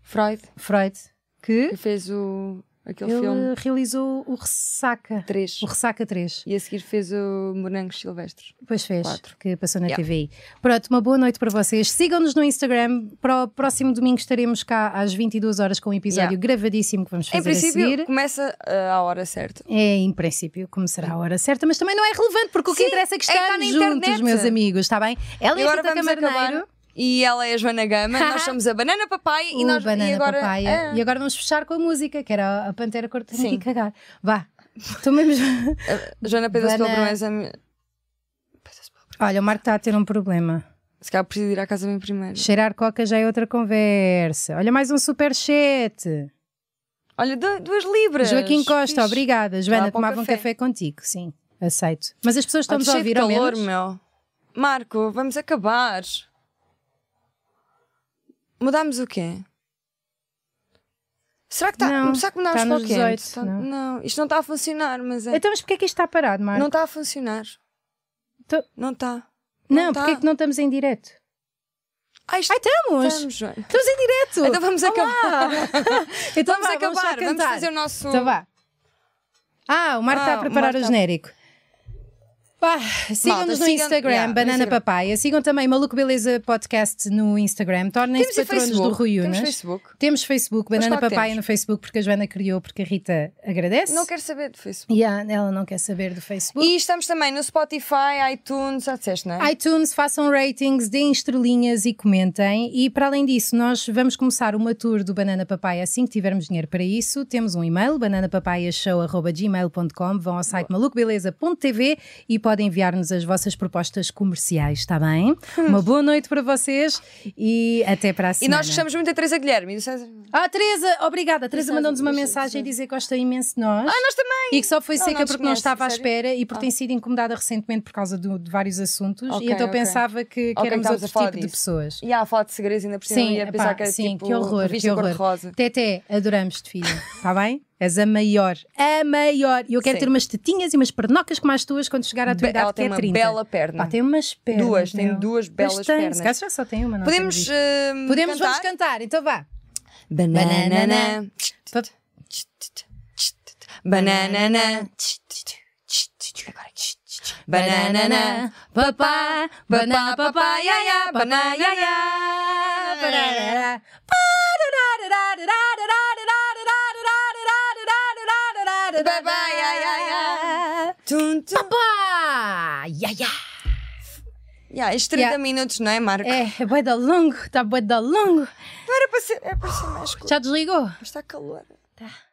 Speaker 2: Freud,
Speaker 1: Freud. Que
Speaker 2: que fez o, aquele
Speaker 1: ele
Speaker 2: filme
Speaker 1: realizou o Ressaca.
Speaker 2: 3.
Speaker 1: O Ressaca 3.
Speaker 2: E a seguir fez o Morangos Silvestres.
Speaker 1: Pois fez,
Speaker 2: Quatro.
Speaker 1: que passou na
Speaker 2: Yeah.
Speaker 1: TVI. Pronto, uma boa noite para vocês. Sigam-nos no Instagram. Para o próximo domingo estaremos cá às 22 horas com um episódio
Speaker 2: Yeah.
Speaker 1: gravadíssimo que vamos fazer
Speaker 2: Em
Speaker 1: a
Speaker 2: princípio,
Speaker 1: seguir.
Speaker 2: começa eh, à hora certa.
Speaker 1: É, em princípio, começará a hora certa, mas também não é relevante, porque o que
Speaker 2: Sim,
Speaker 1: interessa é que
Speaker 2: é que está na
Speaker 1: estamos juntos,
Speaker 2: internet.
Speaker 1: meus amigos, está bem? Ela
Speaker 2: E
Speaker 1: é a
Speaker 2: agora
Speaker 1: Rita
Speaker 2: vamos
Speaker 1: Camarneiro,
Speaker 2: acabar. E ela é a Joana Gama, nós somos a Banana Papai e
Speaker 1: o
Speaker 2: nós
Speaker 1: Uh, Banana
Speaker 2: e agora,
Speaker 1: Papaya.
Speaker 2: Ah.
Speaker 1: E agora é. vamos fechar com a música, que era a Pantera Cor de
Speaker 2: Sim.
Speaker 1: e Cagar. Vá, tomemos.
Speaker 2: Joana Pedras pela
Speaker 1: Bana-
Speaker 2: promessa. é minha-
Speaker 1: Olha, o Marco está a ter um problema.
Speaker 2: Se calhar preciso ir à casa bem primeiro.
Speaker 1: Cheirar coca já é outra conversa. Olha, mais um superchat.
Speaker 2: Olha, du- duas libras.
Speaker 1: Joaquim
Speaker 2: Fixe.
Speaker 1: Costa, obrigada. Joana,
Speaker 2: Dá para um
Speaker 1: tomava um café.
Speaker 2: café.
Speaker 1: contigo, sim. Aceito. Mas as pessoas
Speaker 2: Ah,
Speaker 1: estão-nos a
Speaker 2: cheio de
Speaker 1: ouvir ao
Speaker 2: calor,
Speaker 1: menos.
Speaker 2: meu. Marco, vamos acabar. Mudámos o quê? Será que está.
Speaker 1: Não,
Speaker 2: Será que
Speaker 1: está
Speaker 2: mudámos para o
Speaker 1: nos
Speaker 2: quente?
Speaker 1: 18,
Speaker 2: Tá-
Speaker 1: não.
Speaker 2: isto não está a funcionar, mas é.
Speaker 1: Então, mas porquê é que isto está parado, Marco?
Speaker 2: Não está a funcionar.
Speaker 1: Tô-
Speaker 2: Não está.
Speaker 1: Não,
Speaker 2: não
Speaker 1: porque
Speaker 2: tá.
Speaker 1: é que não estamos em direto?
Speaker 2: Ah, isto
Speaker 1: Ai, estamos!
Speaker 2: estamos, Joana.
Speaker 1: Estamos em direto!
Speaker 2: Então vamos acabar.
Speaker 1: Tá Então
Speaker 2: Vamos
Speaker 1: vá,
Speaker 2: acabar.
Speaker 1: lá
Speaker 2: Vamos,
Speaker 1: cantar.
Speaker 2: fazer o nosso.
Speaker 1: Então vá. Ah, o Marco
Speaker 2: Ah,
Speaker 1: está a
Speaker 2: o
Speaker 1: preparar
Speaker 2: Marco
Speaker 1: o,
Speaker 2: está-
Speaker 1: genérico. Pá, Sigam-nos no
Speaker 2: sigam-
Speaker 1: Instagram,
Speaker 2: yeah, no
Speaker 1: Banana
Speaker 2: Instagram.
Speaker 1: Papaya. Sigam também Maluco Beleza Podcast no Instagram. Tornem-se
Speaker 2: Temos e
Speaker 1: patronos
Speaker 2: Facebook.
Speaker 1: do Rui
Speaker 2: Temos
Speaker 1: Unas.
Speaker 2: Facebook.
Speaker 1: Temos Facebook,
Speaker 2: Mas
Speaker 1: Banana
Speaker 2: claro que
Speaker 1: Papaya
Speaker 2: temos.
Speaker 1: no Facebook, porque a Joana criou, porque a Rita agradece.
Speaker 2: Não quero saber do Facebook.
Speaker 1: Yeah, ela não quer saber do Facebook.
Speaker 2: E estamos também no Spotify, iTunes, já disseste, não é?
Speaker 1: iTunes, façam ratings, deem estrelinhas e comentem. E para além disso, nós vamos começar uma tour do Banana Papaya assim que tivermos dinheiro para isso. Temos um e-mail, bananapapaiashow.gmail.com. Vão ao site malucobeleza.tv e podem enviar-nos as vossas propostas comerciais, está bem? Uma boa noite para vocês e até para a
Speaker 2: E
Speaker 1: semana.
Speaker 2: nós gostamos muito da Teresa Guilherme e do César.
Speaker 1: Ah, Teresa, obrigada. A Teresa
Speaker 2: Teresa,
Speaker 1: mandou-nos uma
Speaker 2: deixa-
Speaker 1: mensagem a
Speaker 2: deixa-
Speaker 1: dizer que gosta imenso de nós.
Speaker 2: Ah, nós também!
Speaker 1: E que só foi
Speaker 2: Não,
Speaker 1: seca
Speaker 2: não
Speaker 1: porque não
Speaker 2: desconhece,
Speaker 1: estava à
Speaker 2: sério? Ah.
Speaker 1: espera e por ter sido incomodada recentemente por causa do- de vários assuntos.
Speaker 2: Ok,
Speaker 1: e então
Speaker 2: ok.
Speaker 1: pensava que, que
Speaker 2: Ok,
Speaker 1: éramos
Speaker 2: estávamos a
Speaker 1: outro
Speaker 2: falar
Speaker 1: tipo de
Speaker 2: disso.
Speaker 1: pessoas.
Speaker 2: E há a foto de segredos ainda por cima
Speaker 1: Sim,
Speaker 2: e a
Speaker 1: epá,
Speaker 2: pensar que era
Speaker 1: sim,
Speaker 2: tipo
Speaker 1: que horror,
Speaker 2: revista
Speaker 1: que horror.
Speaker 2: cor-de-rosa.
Speaker 1: Teté, adoramos-te, filha. Está bem? És a maior, a maior. E eu quero
Speaker 2: Sim.
Speaker 1: ter umas tetinhas e umas pernocas como as tuas quando chegar à tua
Speaker 2: Be-
Speaker 1: idade,
Speaker 2: Ela
Speaker 1: que
Speaker 2: tem
Speaker 1: é
Speaker 2: uma
Speaker 1: 30.
Speaker 2: bela perna.
Speaker 1: Pá, tem umas pernas.
Speaker 2: Duas, tem
Speaker 1: meu.
Speaker 2: duas
Speaker 1: Pois
Speaker 2: belas
Speaker 1: tem,
Speaker 2: pernas.
Speaker 1: Se calhar já só tem uma, não
Speaker 2: Podemos,
Speaker 1: temos isto.
Speaker 2: ehm,
Speaker 1: Podemos, vamos
Speaker 2: cantar?
Speaker 1: cantar, então vá.
Speaker 2: Banana.
Speaker 1: Pap-
Speaker 2: Banana. Banana. Papá. Papá, papá, iaia. Banana, iaia. Tum, tum.
Speaker 1: Pá! Ya, ya.
Speaker 2: Yeah, isto 30
Speaker 1: Yeah.
Speaker 2: minutos, não é, Marco?
Speaker 1: É, é bué da longo, está bué da longo.
Speaker 2: Não era é para ser, é para ser mais curto.
Speaker 1: Já desligou?
Speaker 2: Mas Está calor.
Speaker 1: Tá.